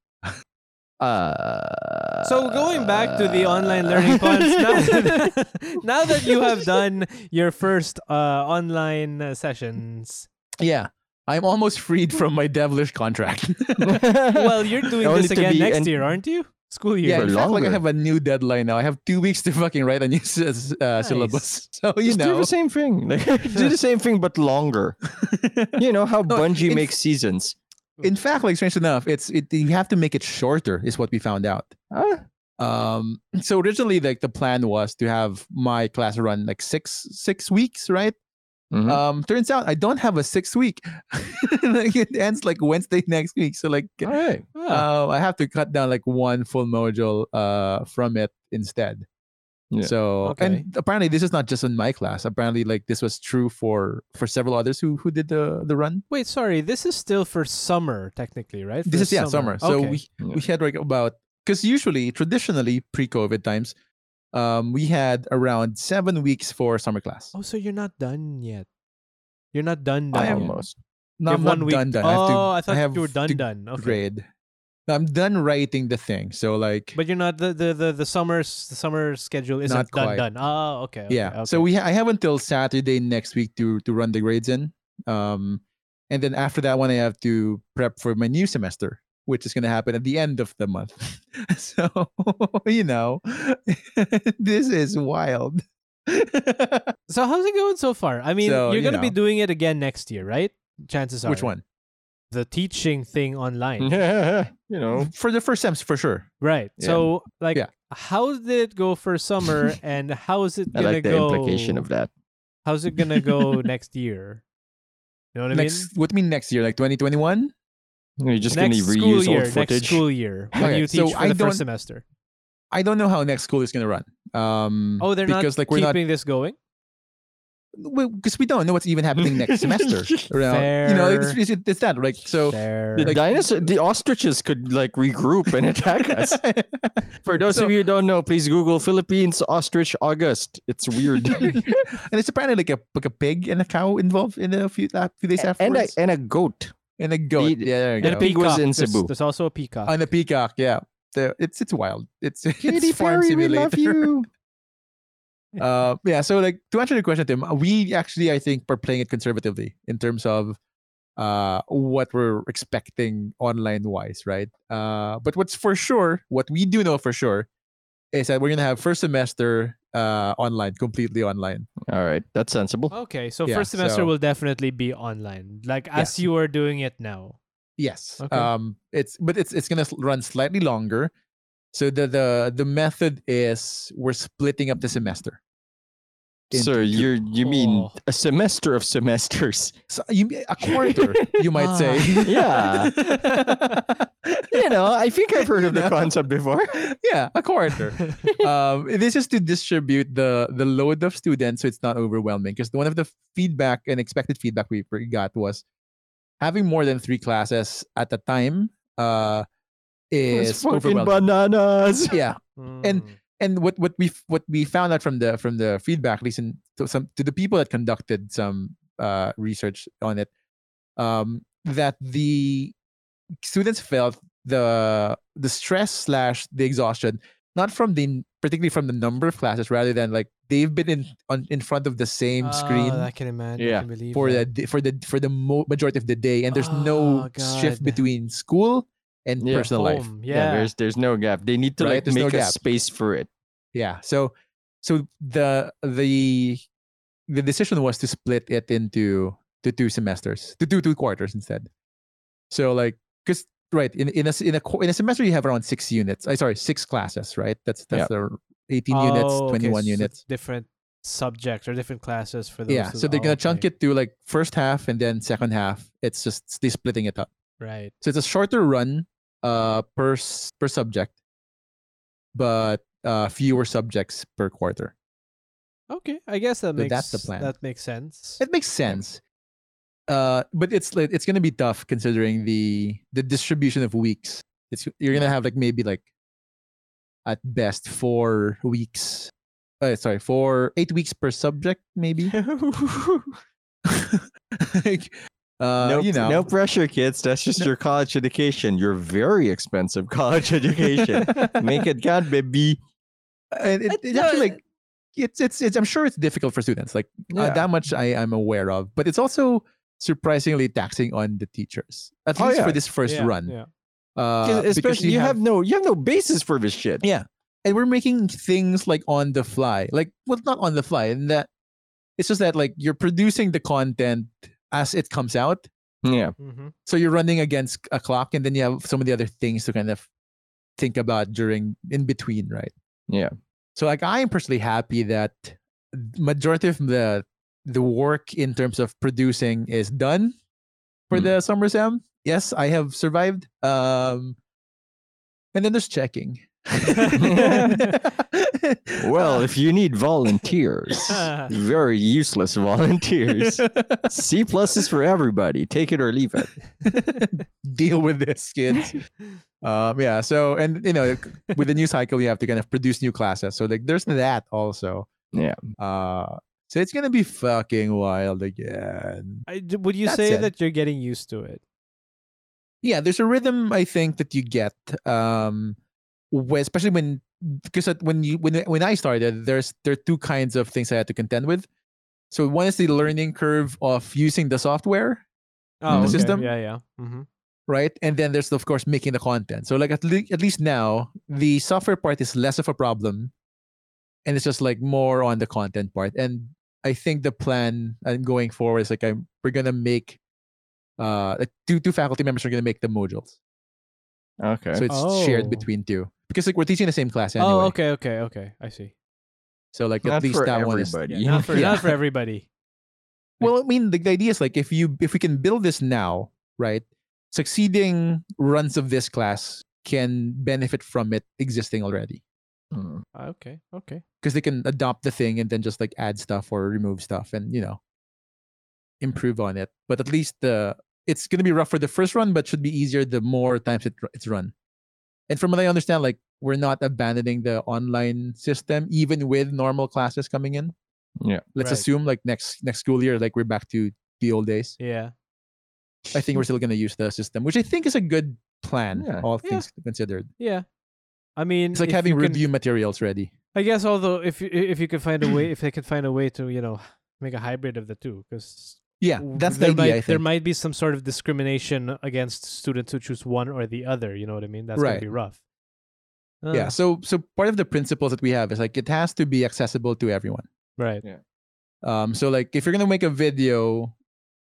Uh, So going back to uh, the online [laughs] learning funds, [laughs] now that, [laughs] now that you have done your first uh, online uh, [laughs] sessions, Yeah, I'm almost freed from my devilish contract. [laughs] well, you're doing Only this to again be next an- year, aren't you? School year. yeah, For in fact, like I longer. have a new deadline now. I have two weeks to fucking write a new s- s- uh, syllabus. [laughs] So you just do know, the same thing. [laughs] Like, do the same thing but [laughs] longer. You know how No, Bungie in- makes seasons. in fact, like strange enough, it's it, you have to make it shorter. Is what we found out. Huh? um so originally like the plan was to have my class run like six six weeks right Hmm? Mhm. um turns out i don't have a sixth week [laughs] like it ends like wednesday [laughs] next week so like All right. Ah, uh, i have to cut down like one full module uh from it instead Yeah. so Okay. and apparently this is not just in my class apparently like this was true for for several others who who did the the run wait, sorry. This is still for summer, technically, right? this For is yeah summer, so Okay. we Yeah. we had like about because usually traditionally pre-covid times um we had around seven weeks for summer class Oh, so you're not done yet. You're not done. done I am yet. [laughs] Almost. [laughs] no You i'm have not one week. done done Oh, i have to I thought have you were done. to done. Okay. grade No, i'm done writing the thing so like But you're not the the the, the summer s- the summer schedule isn't Not done quite. done. Oh, okay. okay, yeah okay. so we ha- i have until saturday next week to to run the grades in um and then after that one i have to prep for my new semester which is going to happen at the end of the month [laughs] so [laughs] you know [laughs] this is wild [laughs] So how's it going so far? I mean, So, you're you gonna be know. doing it again next year, right? Chances are. which one The teaching thing online. Yeah, you know. for the first sems for sure Right. Yeah. So like Yeah. how did it go for [laughs] summer and how is it I gonna like the go implication of that. how's it gonna go [laughs] next year? You know what I mean? next what do you mean next year like 2021 You're just next gonna school reuse year, old next footage. school year when Okay, you teach so for I the don't- first semester. i don't know how next school is going to run um Oh, they're because not like we're keeping not this going. because we don't know what's even happening [laughs] next semester around- you know it's, Fair. it's, it's that like so Fair. The Like- dinosaur, the ostriches could like regroup and attack [laughs] us. For those So- of you who don't know, please Google Philippines ostrich August. It's [laughs] weird. and it's apparently like a like a pig and a cow involved in a few that few days and a afterwards and a goat. and a goat the- yeah there you and a go pig was in There's- Cebu. There's, also a peacock. and a peacock yeah the it's it's wild. It's [laughs] Katy it's farm Perry, we simulator. love [laughs] you. Uh, yeah. So like to answer the question, Tim, we actually I think are playing it conservatively in terms of uh what we're expecting online wise, right? Uh, but what's for sure, what we do know for sure, is that we're gonna have first semester uh online, completely online. All right, that's sensible. Oh, Okay, so Yeah, first semester so- will definitely be online, like as Yes. you are doing it now. Yes. Okay. Um it's but it's it's gonna s- run slightly longer. So the the the method is we're splitting up the semester. Sir, into two. you're you mean a Oh. semester of semesters? [laughs] So you a quarter, Ah. you Ah. might [laughs] say. [laughs] Yeah. you know, I think I've heard of [laughs] the No. concept before. yeah, a quarter. um, this is to distribute the the load of students so it's not overwhelming. Because one of the feedback and expected feedback we we got was having more than three classes at a time uh, It's is fucking overwhelming. bananas. yeah, And- Mm. and what what we f- what we found out from the from the feedback, at least in, to some to the people that conducted some uh, research on it, um, that the students felt the the stress slash the exhaustion, not from the n- particularly from the number of classes, rather than like they've been in on, in front of the same Ah, screen I can imagine. I Yeah, can believe for the that. d- for the for the mo- majority of the day, and there's no Oh, God. shift between school and Yeah. personal life. Home, Yeah, Yeah. there's there's no gap. They need to Right, like there's no make a gap. space for it. Yeah. So so the the the decision was to split it into to two semesters, to do two quarters instead. So like cuz right in in a s- in a qu- in a semester you have around 6 units. I sorry, 6 classes, right? That's that's the 18 units, Oh, okay, 21 so units. Different subjects or different classes for those. Yeah. who- So they're oh, going to chunk okay. it to like first half and then second half. It's just they splitting it up. Right. So it's a shorter run uh per s- per subject but uh fewer subjects per quarter. Okay. I guess that So makes that's the plan. That makes sense. [laughs] It makes sense. Uh, but it's like it's gonna be tough considering the the distribution of weeks. It's you're gonna have like maybe like at best four weeks. Uh, sorry, four eight weeks per subject, [laughs] maybe. [laughs] like, uh, no, you know, no pressure, kids. That's just your college education. Your very expensive college [laughs] education. Make it count, baby. [laughs] and it, But it's no, actually like it's, it's it's I'm sure it's difficult for students. Like uh, Yeah. that much I am aware of, but it's also surprisingly taxing on the teachers, at Oh, least yeah. for this first Yeah, run. yeah. Uh, because Especially you have no you have no basis for this shit. Yeah. And we're making things like on the fly. Like, well, not on the fly. And that it's just that like you're producing the content as it comes out. Yeah. Mhm. So you're running against a clock and then you have some of the other things to kind of think about during in between, right? Yeah. So like I am personally happy that majority of the the work in terms of producing is done for Hmm. the summer sam. Yes, I have survived. Um and then there's [laughs] checking. [laughs] Well, if you need [laughs] volunteers, very uselers volunteers. C plus is for everybody. Take it or leave it. deal with this, kids. um, yeah. So, and you know, with the new cycle, you have to kind of produce new classes. So, like, there's that also. Yeah. Uh, so it's gonna be fucking wild again. [laughs] I d would you That say said- that you're getting used to it? Yeah, there's a rhythm I think that you get, um, wh- especially when because at- when you when when I started, there's there are two kinds of things I had to contend with. So one is the learning curve of using the software the Oh, okay. system? Yeah, yeah. hmm right? And then there's of course making the content. So like at, le- at least now the software part is less of a problem, and it's just like more on the content part. And I think the plan and going forward is like I'm we're gonna make uh like two two faculty members are gonna make the modules, Okay. so it's shared Oh. between two because like we're teaching the same class anyway. Oh, okay, okay, okay. I see. So like Not at least for that one is everybody. Yeah, [laughs] not for Yeah. [laughs] not for everybody. Well, I mean, the, the idea is like if you if we can build this now, right? Succeeding runs of this class can benefit from it existing already Mm. Ah, Okay, okay. because they can adopt the thing and then just like add stuff or remove stuff and you know improve on it. But at least the it's gonna be rough for the first run, but should be easier the more times it, it's run. And from what I understand, like we're not abandoning the online system even with normal classes coming in. Yeah. Let's Right. assume like next next school year, like we're back to the old days. Yeah. I think we're still going to use the system, which I think is a good plan, Yeah. all Yeah. things considered. Yeah. I mean, It's like if having you can- review materials ready. I guess although if you- if you can find a way, if they can find a way to you know make a hybrid of the two, because Yeah, that's the there idea. Might, I There think. might be some sort of discrimination against students who choose one or the other. You know what I mean? That's gonna Right. be rough. yeah. Ah, So so part of the principles that we have is like it has to be accessible to everyone. Right. Um, so like if you're gonna make a video,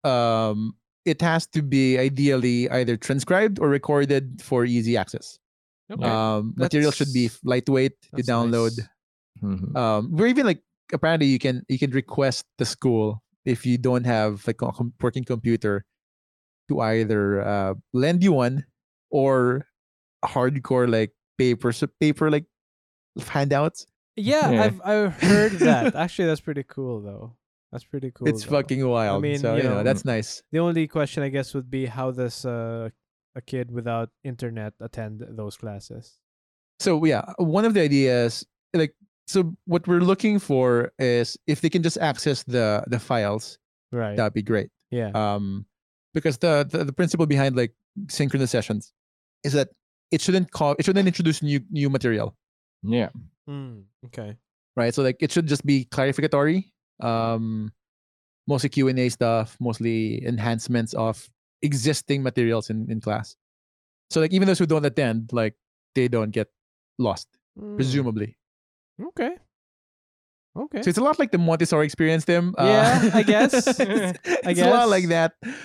um, it has to be ideally either transcribed or recorded for easy access. Okay. Um, material should be That's- lightweight. You That's download. nice. Mhm. Um, we're even like apparently you can you can request the school if you don't have like a com- working computer to either uh, lend you one or hardcore like paper so paper like handouts. Yeah, Yeah. I've I've heard [laughs] that. Actually, that's pretty cool though. That's pretty cool. it's though. fucking wild. mean, so you you know, know, mm. that's nice. The only question I guess would be how does uh, a kid without internet attend those classes? So yeah, one of the ideas like so what we're looking for is if they can just access the the files, Right. that'd be great. yeah. um, because the, the the principle behind like synchronous sessions is that it shouldn't call it shouldn't introduce new new material, Yeah. Mm, okay. right? So like it should just be clarificatory, um, mostly Q and A stuff, mostly enhancements of existing materials in in class. So like even those who don't attend, like they don't get lost, Mm, presumably. Okay. Okay. So it's a lot like the Montessori experience, Tim. Uh, Yeah, I guess. [laughs] it's [laughs] I a lot like guess. that,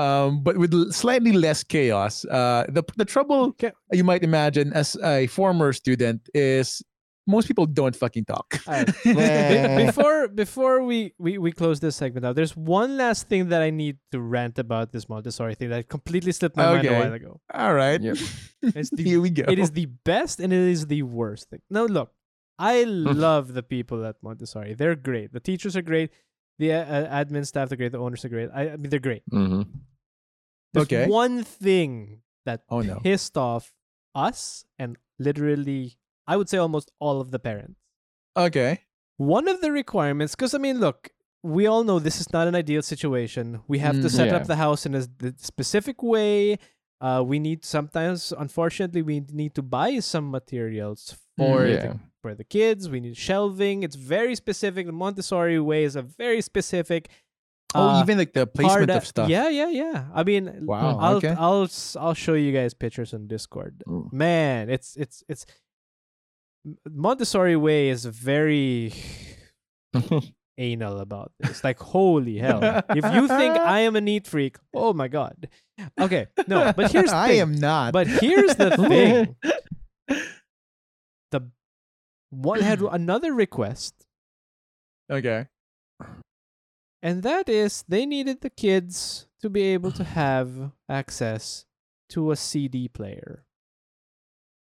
um, but with l- slightly less chaos. Uh, the the trouble [laughs] Okay. you might imagine as a former student is most people don't fucking talk. Alright. Be- Yeah. before before we, we we close this segment out, there's one last thing that I need to rant about this Montessori thing that completely slipped my mind a Okay. while ago. [laughs] All right. [laughs] Yep. It's the- Here we go. It is the best and it is the worst thing. Now look, [laughs] I love the people at Montessori. They're great. The teachers are great. The uh, admin staff are great. The owners are great. I, I mean, they're great. Mhm. There's Okay. one thing that Oh, no. pissed off us and literally, I would say almost all of the parents. okay. One of the requirements, because I mean, look, we all know this is not an ideal situation. We have to Mm. set Yeah. up the house in a s- the specific way. Uh, we need sometimes, unfortunately, we need to buy some materials for Or Yeah. the, for the kids. We need shelving. It's very specific. The Montessori way is a very specific. oh, uh, even like the hard placement a- of stuff. Yeah, yeah, yeah. I mean, Wow. I'll okay. I'll s- I'll show you guys pictures on Discord. Mm. Man, it's it's it's M- Montessori way is very Mm-hmm. anal about this. Like holy hell. if you think I am a neat freak, oh my god. Okay, no, [laughs] but here's the I thing. am not. But here's [laughs] the thing. The one [clears throat] had another request okay. And that is, they needed the kids to be able to have access to a CD player.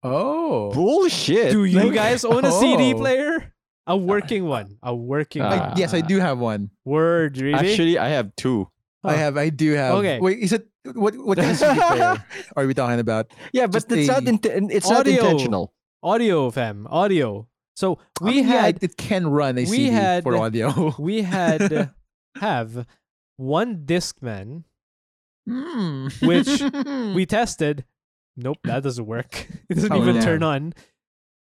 Oh. [laughs] Bullshit. Do you like- guys own a CD Oh. player? A working one. A working Uh, I, one. yes, I do have one. Word, really? Actually, I have two. I Huh. have. I do have. Oh. Okay. Wait, is it what? What kind of CD [laughs] player are we talking about? Yeah, but Just it's not a inten- it's audio. not intentional. audio, fam. Audio. So I we mean, Oh, yeah, had, it, it can run a we CD had- for audio. [laughs] we had, have one Discman. Mm. [laughs] Which We tested. Nope, that doesn't work. [laughs] It doesn't Hmm. Oh, even no. turn on.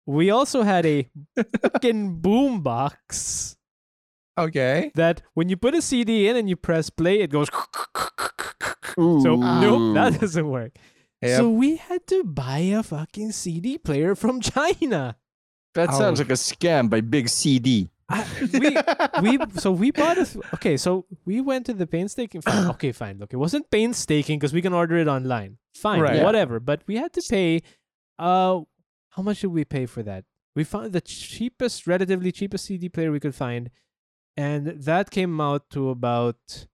We also had [laughs] a fucking boombox. okay. that when you put a CD in and you press play, it goes. [laughs] So nope, that doesn't work. Yep. So we had to buy a fucking CD player from China. [laughs] that sounds Ouch. like a scam by Big CD. I- we [laughs] we so we bought a th- okay. So we went to the painstaking. Fine, okay, fine. Look, it wasn't painstaking because we can order it online. Fine, Right. Yeah. whatever. But we had to pay. Uh, how much did we pay for that? We found the cheapest, relatively cheapest CD player we could find, and that came out to about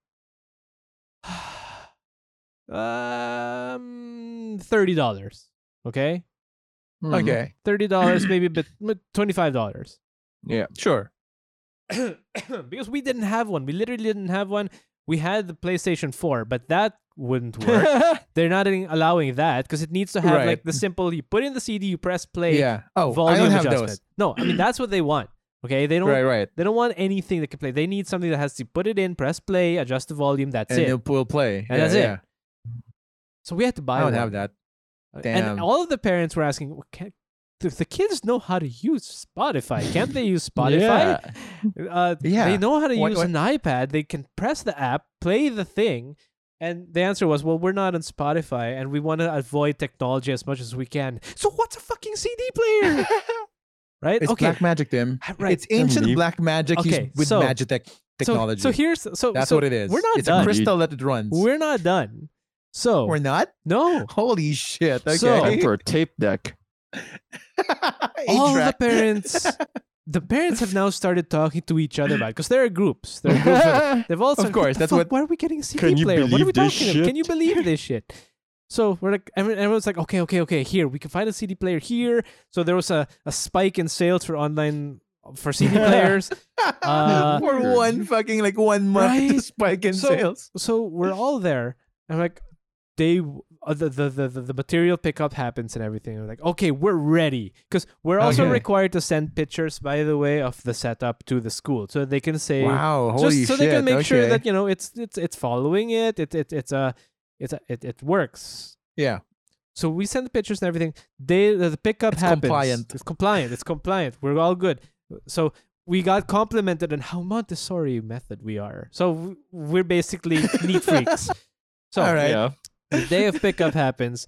[sighs] um thirty dollars. Okay, Hmm. okay. thirty dollars, maybe, but twenty five dollars. Yeah. Sure. [coughs] because we didn't have one. We literally didn't have one. We had the PlayStation 4, but that [laughs] wouldn't work. [laughs] They're not in- allowing that because it needs to have Right. like the simple you put in the CD, you press play, yeah. Oh, I volume don't have adjustment. those. No, I mean that's what they want. Okay, they don't Right, right. they don't want anything that can play. They need something that has to put it in, press play, adjust the volume, that's and it. it will play. And yeah, that's it. yeah. So we had to buy I don't one. have that. Uh, Damn. And all of the parents were asking, "Well, can, if the kids know how to use Spotify, can't they [laughs] use Spotify? Uh, Yeah. They know how to What- use what- an iPad. They can press the app, play the thing. And the answer was, well, we're not on Spotify and we want to avoid technology as much as we can. So what's a fucking CD [laughs] player? right? It's okay. Ah, black magic, Tim. right. It's ancient Deep. black magic used Okay, with so- Magitech technology. So, so here's so That's so what it is. We're not it's a done. crystal that it runs. We're not done. So We're not? [gasps] no. Holy shit. Okay. So- Time Oh, [laughs] [laughs] for a tape deck. all the A-track. [laughs] parents the parents have now started talking to each other about because there are groups [laughs] there are groups of- they've all Of started, course, "What the that's fuck? what- why are we getting a CD Can you player what are we believe this talking about can you shit?" believe this shit so we're like every- everyone's like okay okay okay here we can find a CD player here so there was a, a spike in sales for online for CD players Uh, [laughs] for one fucking like one month Right? spike in So- sales. so we're all there and like they uh, the, the the the the material pickup happens and everything we're like okay we're ready because we're also Okay. required to send pictures by the way of the setup to the school so they can say Wow, just so they can make sure that you know it's it's it's following it it it it's a it's a, it it works yeah, so we send the pictures and everything. They the pickup It's happens. compliant. It's compliant. It's compliant. We're all good. So we got complimented on how Montessori method we are. So w- we're basically [laughs] neat freaks. So All right. Oh, Yeah. the day of pickup happens,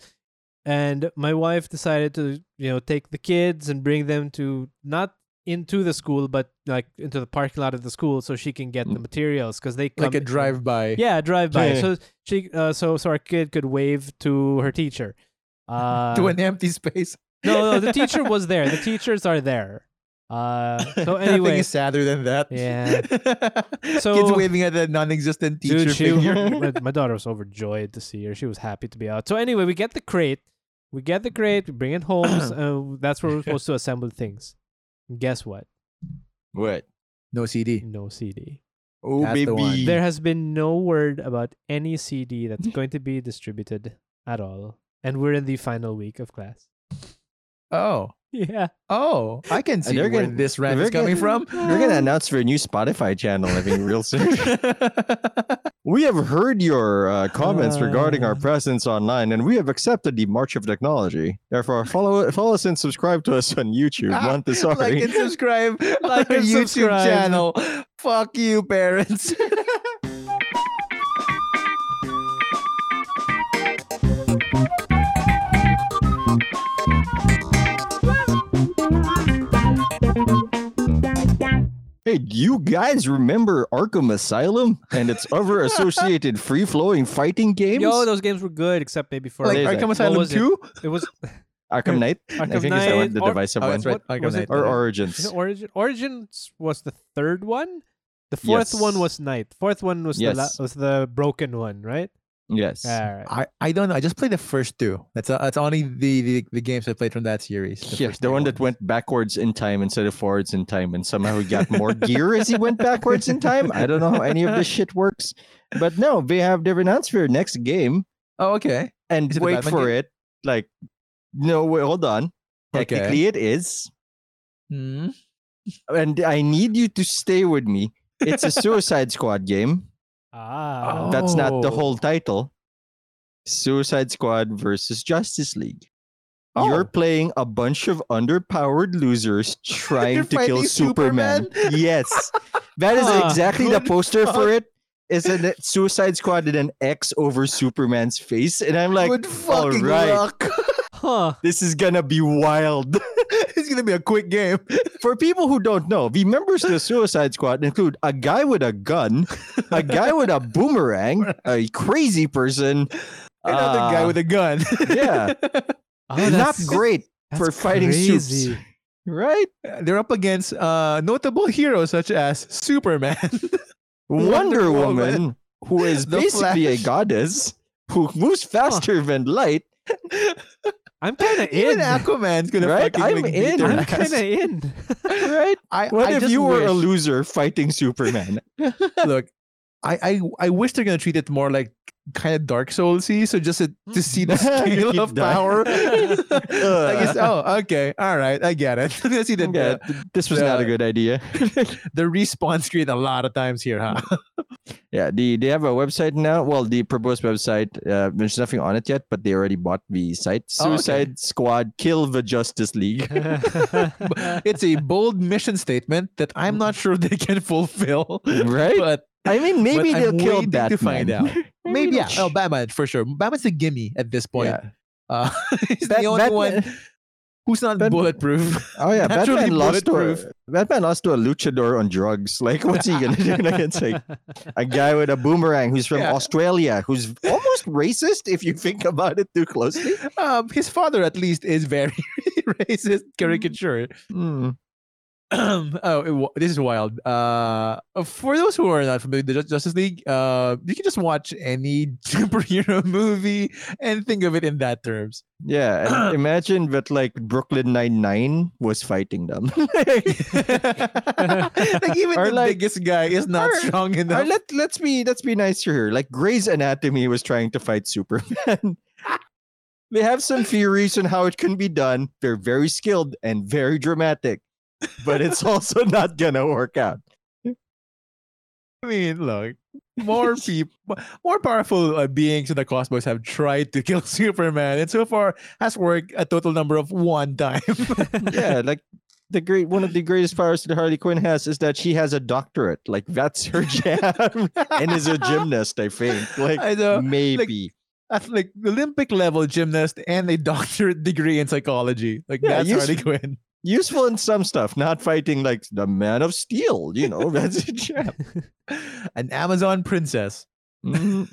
and my wife decided to you know take the kids and bring them to not into the school but like into the parking lot of the school so she can get the Mm. materials because they come like a drive by. yeah drive by Yeah. so she uh, so so our kid could wave to her teacher uh [laughs] to an empty space. no, no, the teacher was there. The teachers are there. Uh, so [laughs] Nothing anyway, is sadder than that. Yeah. [laughs] kids So- waving at a non-existent teacher dude, she, figure. [laughs] my, my daughter was overjoyed to see her. She was happy to be out. So anyway, we get the crate. We get the crate. We bring it home. [clears throat] uh, that's where we're supposed to assemble things. Guess what? What? no CD. No CD. Oh, That's the one. baby. There has been no word about any CD that's going to be distributed at all. And we're in the final week of class. Oh, Yeah. oh, I can see they're where gonna- this rant they're is coming gonna- from. We're gonna [laughs] announce for a new Spotify channel. I mean, real [laughs] soon. we have heard your uh, comments regarding our Uh. presence online, and we have accepted the march of technology. Therefore, follow follow us and subscribe to us on YouTube. Ah, Montessori. like and subscribe [laughs] Like on our and YouTube subscribe. channel. Fuck [laughs] you, parents. Hey, do you guys remember Arkham Asylum and [laughs] its other associated free flowing fighting games? Yo, those games were good, except maybe for like What is Arkham it? Asylum was it? Two. it was Arkham Knight. I Arkham think is the, one, Knight. the Or- divisive Oh, one. that's right. Arkham was it- Knight. Or Is [laughs] Origins. it Origin Origins was the third one. The fourth one Yes. was Knight. Fourth one was the Yes. la- was the broken one, right? yes. All right. I, I don't know. I just played the first two. That's uh, that's only the, the the games I played from that series. Yeah, first the two one that ones. went backwards in time instead of forwards in time, and somehow he got more gear as he went backwards in time. I don't know how any of this shit works, but no, we have the announce for your next game, Oh, okay. and Is it a wait Batman for game? it. Like, no, wait, hold on. Okay. Technically, it is, Hmm. and I need you to stay with me. It's a Suicide Squad game. Ah. That's not the Oh. whole title. Suicide Squad versus Justice League. Oh. You're playing a bunch of underpowered [laughs] losers trying to fighting kill Superman. Superman? yes. That [laughs] is Ah, exactly the good poster fuck. for it. Is a Suicide Squad and an X over Superman's face. And I'm like, Good all fucking right, luck. huh. this is gonna be wild. [laughs] it's gonna be a quick game. For people who don't know, the members of the Suicide Squad include a guy with a gun, a guy [laughs] with a boomerang, a crazy person, Another guy uh, with a gun. [laughs] yeah, Oh, not that's- great that's for fighting crazy. suits, right? They're up against uh, notable heroes such as Superman. [laughs] [laughs] Wonder, Wonder Woman, Woman. who is The basically a Flash. goddess who moves faster than light. [laughs] I'm kind of in. Even Aquaman's gonna Right? fucking I'm like, in. beat their I'm Yes. kind ass. of [laughs] in. [laughs] Right? I, [laughs] What I if just you were a wish- loser fighting Superman? look I, I i wish they're gonna treat it more like kind of dark soulsy so just to, to [laughs] see the scale Keep of dying. [laughs] power [laughs] like it's, Ugh. oh okay all right i get it [laughs] i see [laughs] that Yeah, the, th- this was not a the- good idea. the respawn screen a lot of times here huh [laughs] Yeah, the, they have a website now. Well, the proposed website, uh, there's nothing on it yet, but they already bought the site. Oh, okay. Suicide Squad Kill the Justice League. [laughs] it's a bold mission statement that I'm not sure [laughs] they can fulfill. Mm-hmm. right? But I mean, maybe I'm they'll kill waiting that. to [laughs] find out. maybe yeah. Oh, Batman for sure. Batman's a gimme at this point. Yeah. Uh, [laughs] he's Bat- the only Batman- one who's not Bat- bulletproof. [laughs] Oh yeah, [laughs] Naturally Batman lost to a, bulletproof. Batman lost to a luchador on drugs. [laughs] Like, what's he gonna do? Like, it's like a guy with a boomerang who's from Yeah. Australia, who's [laughs] almost racist if you think about it too closely. Um, his father at least is very [laughs] racist caricature. Hmm. Mm-hmm. [clears throat] oh, it, wa- this is wild. Uh, for those who are not familiar with the Ju- Justice League, uh, you can just watch any [laughs] superhero movie and think of it in that terms. [laughs] Yeah, [clears throat] and imagine that like Brooklyn Nine Nine was fighting them. [laughs] like even Or the like- biggest guy is not or- strong [laughs] Or enough. let let's be let's be nicer here. Like Grey's Anatomy was trying to fight Superman. [laughs] they have some theories on how it can be done. They're very skilled and very dramatic, but [laughs] it's also not gonna work out. I mean, look, [laughs] more people, more powerful uh, beings in the cosmos have tried to kill [laughs] Superman, and so far has worked a total number of one time. [laughs] yeah, like the great one of the greatest powers that Harley Quinn has is that she has a doctorate. Like that's her [laughs] jam, and [laughs] is a gymnast. I think. Like I know, maybe. at like Olympic level gymnast and a [laughs] doctorate degree in psychology. Like Yeah, that's you Harley should- [laughs] Quinn. Useful in some stuff, not fighting like the Man of Steel. You know, that's a [laughs] jam. An Amazon princess, Mhm.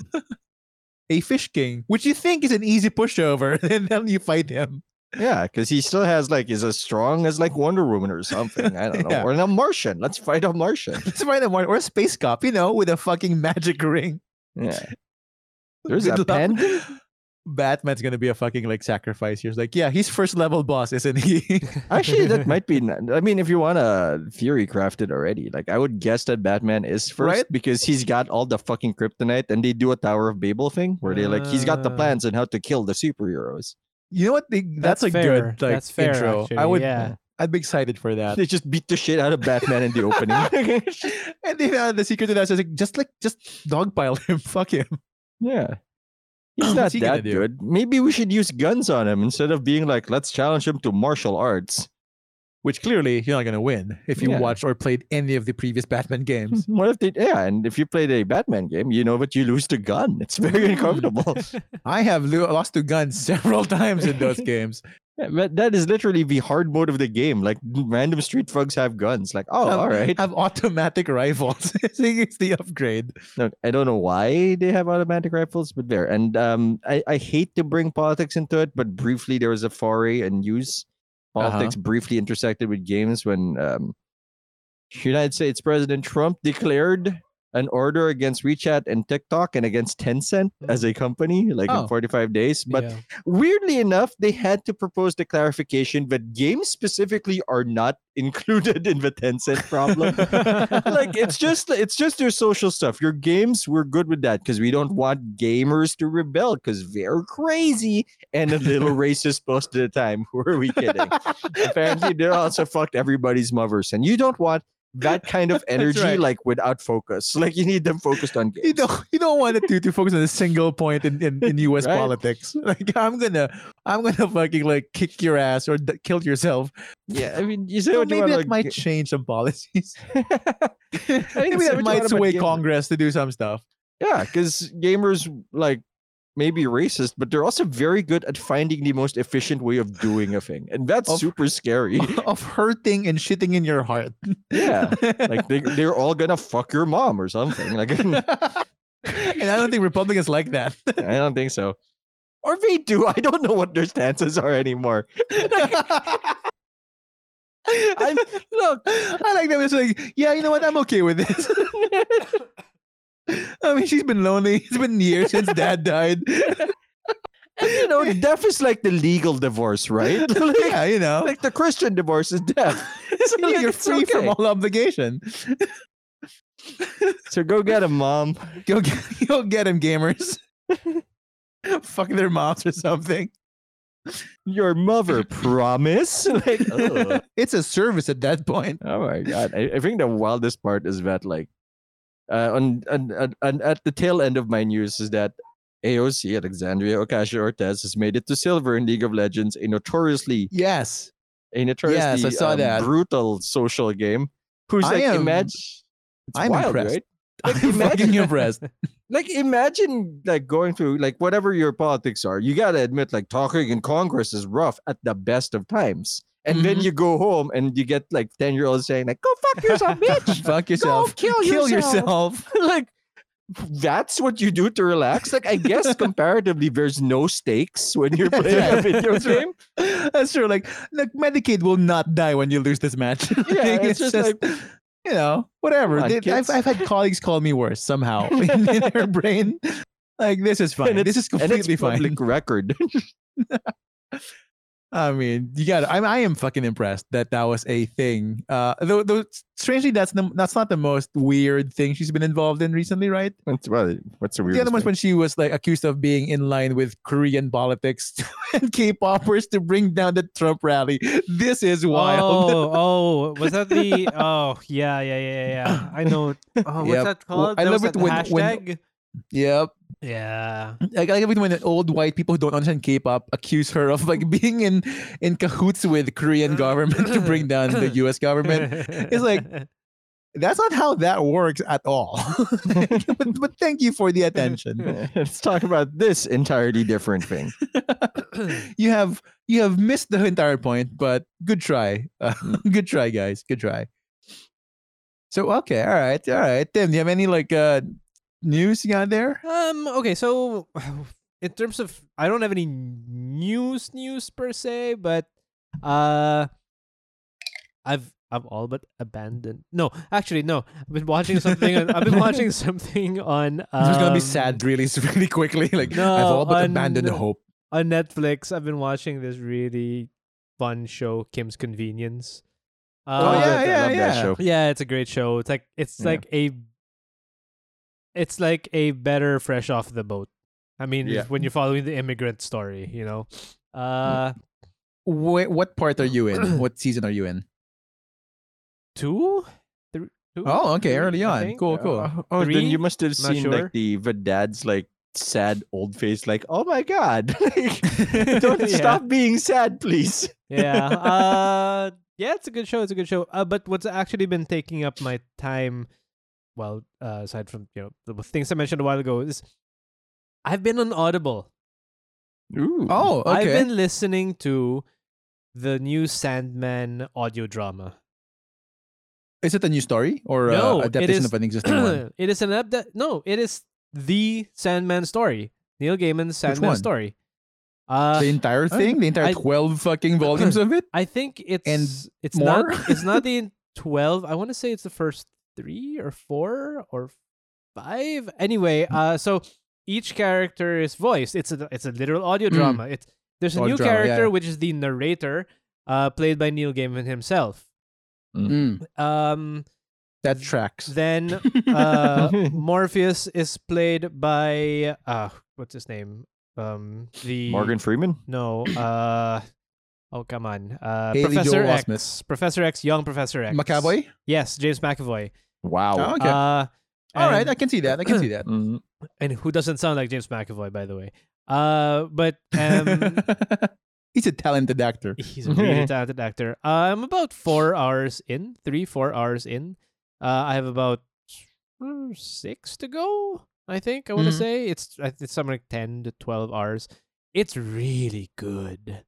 a fish king, which you think is an easy pushover, [laughs] and then you fight him. [laughs] Yeah, because he still has like is as strong as like Wonder Woman or something. I don't know. [laughs] Yeah. Or a Martian. Let's fight a Martian. Let's fight him, or a space cop, you know, with a fucking magic ring. Yeah. There's Good a luck. pendant. Batman's gonna be a fucking like sacrifice here. It's Like, yeah, he's first level boss, isn't [laughs] he? Actually, that might [laughs] be. n- I mean, if you want to theory craft it already, like I would guess that Batman is first Right? because he's got all the fucking kryptonite, and they do a Tower of Babel thing where they like he's got the Ah. plans on how to kill the superheroes. you know what? They, that's, a fair. good like that's fair, intro. Actually. I would, Yeah. I'd be excited for that. They just beat the shit out of Batman in the [laughs] opening. and they found the secret to that. So it's like, just like, just dogpile him. [laughs] Fuck him. yeah. He's not What's he gonna that do? good. Maybe we should use guns on him instead of being like, let's challenge him to martial arts. which clearly you're not going to win if you Yeah. watched or played any of the previous Batman [laughs] games. What if they? Yeah, and if you played a Batman game, you know that you lose the gun. It's very uncomfortable. I have lo- lost to guns several [laughs] times in those games. Yeah, but that is literally the hard mode of the game. Like random street thugs have guns. Like, oh, Have- all right. Have automatic rifles. [laughs] I think it's the upgrade. No, I don't know why they have automatic rifles, but there. And um, I, I hate to bring politics into it, but briefly there was a foray and use Politics briefly intersected with games when um, United States President Trump declared an order against WeChat and TikTok and against Tencent as a company, like Oh. in 45 days. But Yeah. weirdly enough, they had to propose the clarification that games specifically are not [laughs] included in the Tencent problem. [laughs] [laughs] like it's just it's just your social stuff. Your games, we're good with that because we don't want gamers to rebel because they're crazy and a [laughs] little racist most of the time. [laughs] Who are we kidding? Apparently, they also fucked everybody's mothers, and you don't want that kind [laughs] of energy right. like without focus. [laughs] Like you need them focused on games. You don't you don't want it to, to focus on a single point in, in, in US Right. politics. [laughs] Like I'm gonna I'm gonna fucking like kick your ass or d- kill yourself. [laughs] yeah, I mean, you say Well, what you maybe want. that like, might change some policies. [laughs] say maybe what that you might want about sway gamers. Congress to do [laughs] some stuff. Yeah, because gamers like may be racist, but they're also very good at finding the most efficient way of doing a thing, and that's Of- super scary. [laughs] of hurting and shitting in your heart. [laughs] [laughs] Yeah, like they, they're all gonna fuck your mom or something. Like [laughs] I and I don't think Republicans like that. [laughs] don't think so. Or they do. I don't know what their stances are anymore. i look, I like them. It's like, yeah, you know what? I'm okay with this. [laughs] I mean, she's been lonely. It's been [laughs] years since dad died. You [laughs] know, death is like the legal divorce, [laughs] right? like, [laughs] yeah, you know, like the Christian divorce is [laughs] death. So You know, yeah, you're it's free okay. from all obligation. So go get him, mom. Go get, [laughs] go get him, gamers. [laughs] Fuck their moms or something. Your mother promise. [laughs] Like, ugh. [laughs] it's a service at that point. Oh my god! I, I think the wildest part is that like uh, on, on, on, on at the tail end of my news is that AOC Alexandria Ocasio Cortez has made it to silver in League of Legends, a notoriously Yes. a notoriously Yes, I saw um, that. brutal social game. Who's I like am- imagine? It's I'm wild, impressed. right? [laughs] I'm Like, imagine- fucking [laughs] impressed. like imagine like going through like whatever your politics are you gotta admit like talking in congress is rough at the best of times and then Mhm. you go home and you get like 10 year olds saying like go fuck yourself bitch [laughs] Fuck go yourself. kill yourself, Kill yourself. [laughs] like that's what you do to relax like i [laughs] guess comparatively there's no stakes when you're That's playing a right. video That's right. game [laughs] That's true. Like, like Medicaid will not die when you lose this match. [laughs] Like, Yeah, it's just you know, whatever. Come on, They- I've, kids. I've had colleagues call me worse [laughs] somehow in their brain. Like, this is fine. and This it's- is and it's completely fine. public record [laughs] I mean, you got. I'm. I am fucking impressed that that was a thing. Uh, though, though strangely, that's the, that's not the most weird thing she's been involved in recently, right? What's- well, what's the the weirdest other one's thing? when she was like accused of being in line with Korean politics [laughs] and K-poppers to bring down the Trump rally. This is wild. Oh, oh, was that the? Oh, yeah, yeah, yeah, yeah. I know. Oh, what's Yep. that Well, called? I That love was it that when- when- hashtag. [laughs] Yep. yeah. Like, I love it when the old white people who don't understand K-pop accuse her of like being in in cahoots with Korean government to bring down the U.S. government. it's like- That's not how that works at all. [laughs] but, but thank you for the attention. [laughs] let's talk about this entirely different thing [laughs] you have you have missed the entire point, but good try, Uh, [laughs] good try, guys, good try. So okay, all right, all right. Tim, do you have any like uh news you got there? Um. Okay. So, [sighs] in terms of, I don't have any news news per se, but uh, I've I've all but abandoned. No, actually, no. I've been watching something. on- I've been [laughs] watching something on. Um, There's gonna be sad, really, [laughs] really quickly. Like I've no, all but abandoned on- hope. on Netflix. I've been watching this really fun show, Kim's Convenience. Oh, Uh, yeah, that- yeah, I love yeah. that show yeah, it's a great show. It's like it's Yeah. like a it's like a better fresh off the boat. I mean, Yeah. when you're following the immigrant story, you know. Mm. Uh Wait, what part are you in? what season are you [clears throat] in? two? Three two? Oh, okay, three, early I on. think. uh, Cool, cool. [laughs] Oh, oh, then Three? you must have Not seen sure. like the the dad's like sad old face, like, oh my god, [laughs] like, [laughs] don't Yeah. stop being sad, please. [laughs] yeah. Uh, yeah, it's a good show. It's a good show. Uh, but what's actually been taking up my time, well, uh, aside from you know the w- things I mentioned a while ago, is I've been on Audible. Ooh. Oh, okay. I've been listening to the new Sandman audio drama. Is it a new story or No, uh, it adaptation is- of an existing [clears throat] one? it is an update. No, it is the Sandman story. Neil Gaiman's Sandman one? story. Uh, The entire thing, the entire I- twelve fucking volumes of [clears throat] it. I think it's it's more? not it's [laughs] not the twelve. I want to say it's the first three or four or five. Anyway, Hmm. uh, so each character is voiced. It's a it's a literal audio Mm. drama. It's there's a Audio new drama, yeah, character yeah. which is the narrator, uh, played by Neil Gaiman himself. Mm, Um, that tracks. then uh, Morpheus is played by uh, what's his name? Um, the Morgan Freeman. No. Uh, oh come on. Uh, Haley Professor Joel X. Osment. Professor X. Young Professor X. Macaboy. Yes, James McAvoy. Wow. Oh, okay. Uh, All right, and- I can see that. I can see that. Mhm. and who doesn't sound like James McAvoy, by the way? Uh, [laughs] but um, He's a talented actor. he's a [laughs] really talented actor. Uh, I'm about four hours in, three, four hours in. Uh, I have about mm, six to go. I think I want to Mhm. say it's I think it's something like ten to twelve hours. It's really [laughs] good.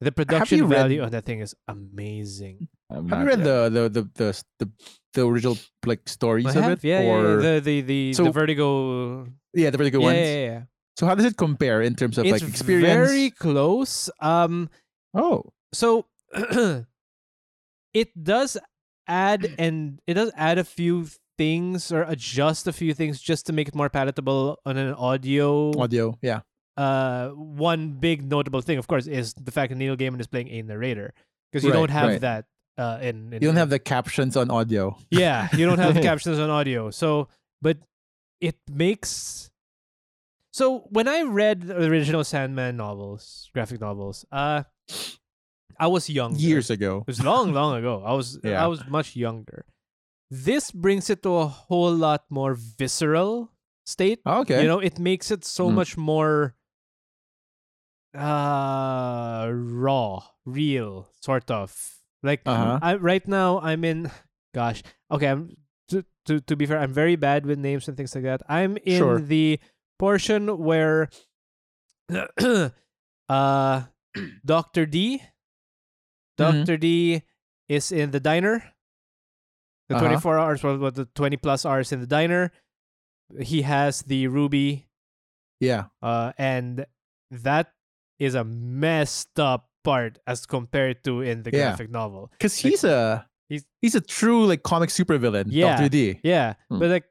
The production you read- value on that thing is amazing. I'm Have you not read yet. the the the the the, the original like stories I of have, it? yeah, yeah, yeah, or, The the the, the So- Vertigo. yeah, the really good yeah, ones. yeah, yeah, yeah. So how does it compare in terms of It's like experience? very close. Um, Oh, so [clears throat] it does [clears throat] add and it does add a few things or adjust a few things just to make it more palatable on an audio. audio. Yeah. Uh, one big notable thing, of course, is the fact that Neil Gaiman is playing a narrator because you Right, don't have right. that. Uh, in, in You don't in- have the captions on audio. Yeah, you don't [laughs] have captions on audio. So, but it makes. So when I read the original Sandman novels, graphic novels, uh, I was young. Years ago. It was long, long ago. I was Yeah. I was much younger. This brings it to a whole lot more visceral state. Oh, Okay. You know, it makes it so Mm. much more uh raw, real, sort of. Like Uh-huh. I right now I'm in gosh. Okay, I'm to, to to be fair, I'm very bad with names and things like that. I'm in Sure. the portion where [clears throat] uh [clears throat] Dr. D Mm-hmm. doctor D is in the diner. The Uh-huh. 24 hours, well, what the 20 plus hours in the diner. He has the ruby, yeah. uh, and that is a messed up part as compared to in the Yeah. graphic novel. Because Like, he's a he's- he's, a true like comic supervillain, Yeah. Doctor D. Yeah, Hmm. but like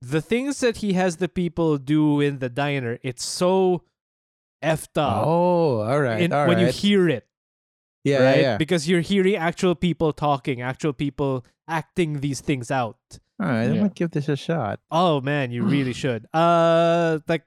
the things that he has the people do in the diner, it's so effed up Oh, all right, in- all right. when you hear it. yeah, right? yeah, yeah. Because you're hearing actual people talking, actual people acting these things out. all right, Yeah. I'm gonna give this a shot. Oh man, you [sighs] really should. Uh, like.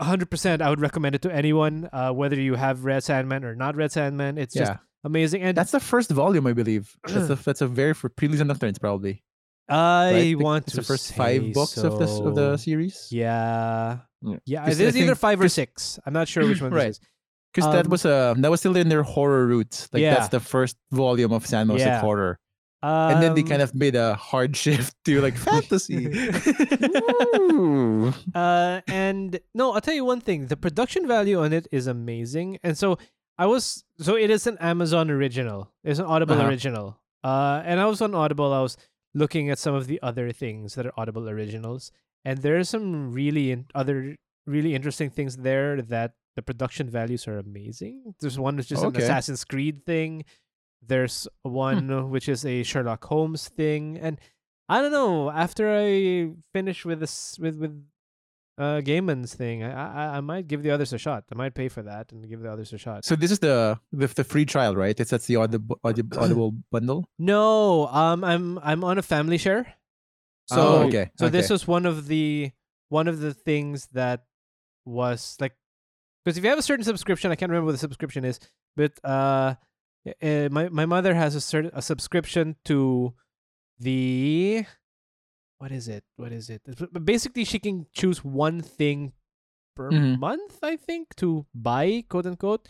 100% I would recommend it to anyone uh, whether you have Red Sandman or not Red Sandman it's just yeah, amazing and that's the first volume, I believe. [clears throat] That's a that's a very for Preludes and Nocturnes, probably. I right? The- want it's to the first say five books of this of the so. series. Yeah. Yeah. Yeah, Because this I is either think- 5 or 6. I'm not sure which one [clears throat] Right. this is. because that Um, was a that was still in their horror roots. Like Yeah. that's the first volume of San Jose Yeah. horror, and then they Um, kind of made a hard [laughs] shift to [laughs] like fantasy. Ooh. Uh, and no, I'll tell you one thing. The production value on it is amazing. And so I was so it is an Amazon original. It's an Audible Uh-huh. original. Uh, and I was on Audible. I was looking at some of the other things that are Audible originals, and there are some really in- other really interesting things there that the production values are amazing. There's one which is an Okay. Hmm. Assassin's Creed thing. There's one which is a Sherlock Holmes thing, and I don't know. After I finish with this with with uh Gaiman's thing, I, I I might give the others a shot. I might pay for that and give the others a shot. so this is the, the the free trial, right? It's that's the audible, [clears throat] audible, audible bundle. No, um, I'm I'm on a family share. So Oh, okay, so this okay. was one of the one of the things that was like because if you have a certain subscription, I can't remember what the subscription is, but uh, uh my my mother has a certain a subscription to the what is it? What is it? It's- But basically, she can choose one thing per Mhm. month, I think, to buy quote unquote,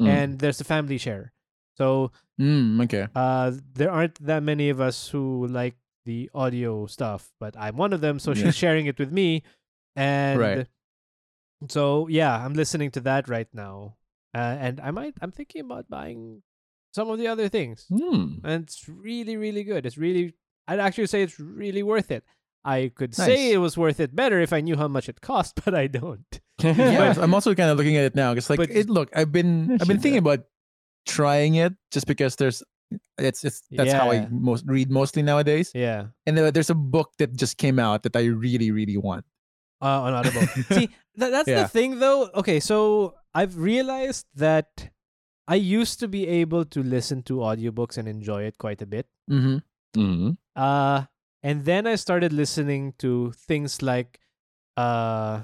Mm. and there's a family share. So Mm, [laughs] okay. uh, there aren't that many of us who like the audio stuff, but I'm one of them, so Yeah. she's sharing it with me, and Right. so yeah, I'm listening to that right now, uh, and I might I'm thinking about buying some of the other things, Mm. Hmm. and it's really really good. It's really I'd actually say it's really worth it. I could Nice. say it was worth it better if I knew how much it cost, [laughs] but I don't. [laughs] yeah, But- I'm also kind of looking at it now. It's like but- it. Look, I've [laughs] been I've been Shit. thinking about trying it just because there's it's it's that's how Yeah. I most read mostly nowadays. Yeah, And there- there's a book that just came out that I really really [laughs] want. Mm-hmm, uh, on Audible. See, that, that's Yeah. the thing, though. Okay, so I've realized that I used to be able to listen to audiobooks and enjoy it quite a bit. Mm-hmm. Mm. Uh, and then I started listening to things like uh,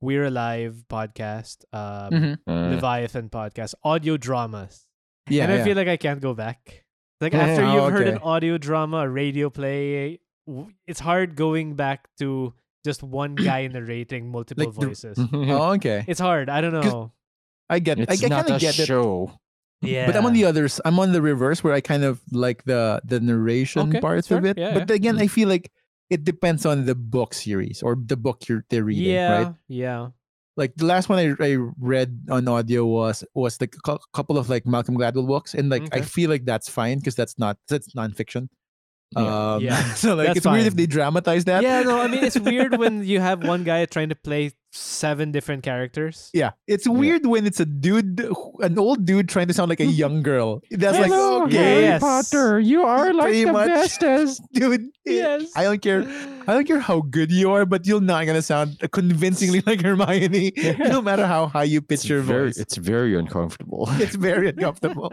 We're Alive podcast, um, Mhm. Uh, Leviathan podcast, audio dramas. Yeah, and I yeah. feel like I can't go back. Like after Oh, you've heard an okay. audio drama, a radio play, w- it's hard going back to just one guy narrating multiple Like the- voices. [laughs] oh, okay. It's hard. I don't 'Cause- know. I get. I, I It's kind not a of get it. show. Yeah. But I'm on the others. I'm on the reverse where I kind of like the the narration Okay, parts of sure. it. Yeah, but again, Mm-hmm. I feel like it depends on the book series or the book you're they're reading, yeah, right? yeah. Like the last one I, I read on audio was was like a cou- couple of like Malcolm Gladwell books, and like I Okay. feel like that's fine because that's not that's nonfiction. Yeah. Um, Yeah, [laughs] so like that's it's weird if fine. they dramatize that. Yeah, no, I mean [laughs] it's weird when you have one guy trying to play seven different [laughs] characters. Yeah, it's weird when it's a dude, who- an old dude trying to sound like a young girl. That's like Hello, okay, Yes. you are Pretty much. [laughs] as. dude. Yes. I don't care. I don't care how good you are, but you're not gonna sound convincingly like Hermione, no matter how high you pitch It's your very, voice. it's very uncomfortable. It's very uncomfortable.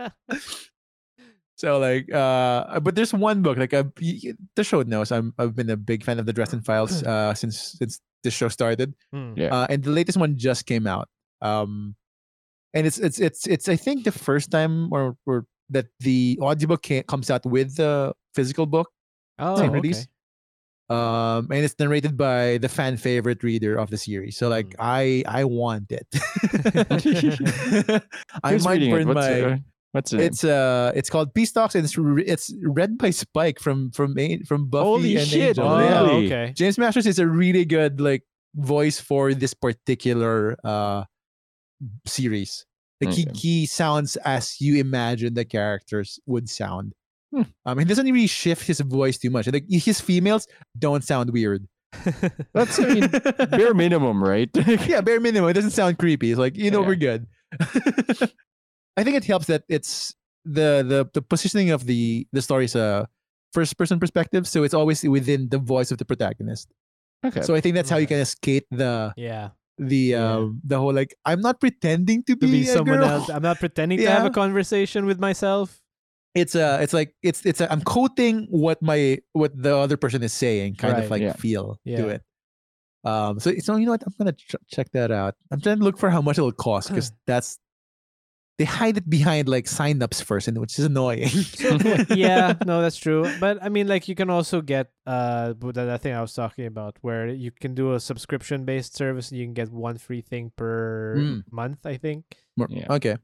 so like, uh, but there's one book like I've, y- y- the show knows I'm I've been a big fan of the Dresden Files uh, since since the show started, Hmm. Yeah. uh, and the latest one just came out. Um, and it's it's it's it's I think the first time or, or that the audiobook ca- comes out with the physical book, Oh, same okay. release. Um, and it's narrated by the fan favorite reader of the series. So like Mm. Hmm. I I want [laughs] it. [laughs] I Who's might reading it? burn What's, my. uh, what's it? It's uh, it's called Peace Talks, and it's re- it's read by Spike from from A- from Buffy Holy and shit, Angel. Oh, really? Yeah. okay. James Masters is a really good like voice for this particular uh series. Like Okay. he, he sounds as you imagine the characters would sound. Hmm. Um, he doesn't really shift his voice too much. Like his females don't sound weird. [laughs] [laughs] That's I mean, bare minimum, right? [laughs] yeah, bare minimum. It doesn't sound creepy. It's like you know Yeah. we're good. [laughs] I think it helps that it's the the the positioning of the the story is a first person perspective, so it's always within the voice of the protagonist. okay. So I think that's how you Right. can escape the [laughs] Yeah. the Yeah. um the whole like I'm not pretending to To be, be a someone girl. else. I'm not pretending to have a Yeah. conversation with myself. It's a it's like it's it's a, I'm quoting what my what the other person is saying, kind Right. of like Yeah. feel Yeah. to it. Um, so so you know what I'm gonna ch- check that out. I'm trying to look for how much it'll cost [sighs] because that's they hide it behind like signups first, and which is [laughs] annoying. yeah, no, that's true. But I mean, like, you can also get uh bu- that, that thing I was talking about, where you can do a subscription-based service and you can get one free thing per Mm. month. I think More- Yeah. [laughs] Okay,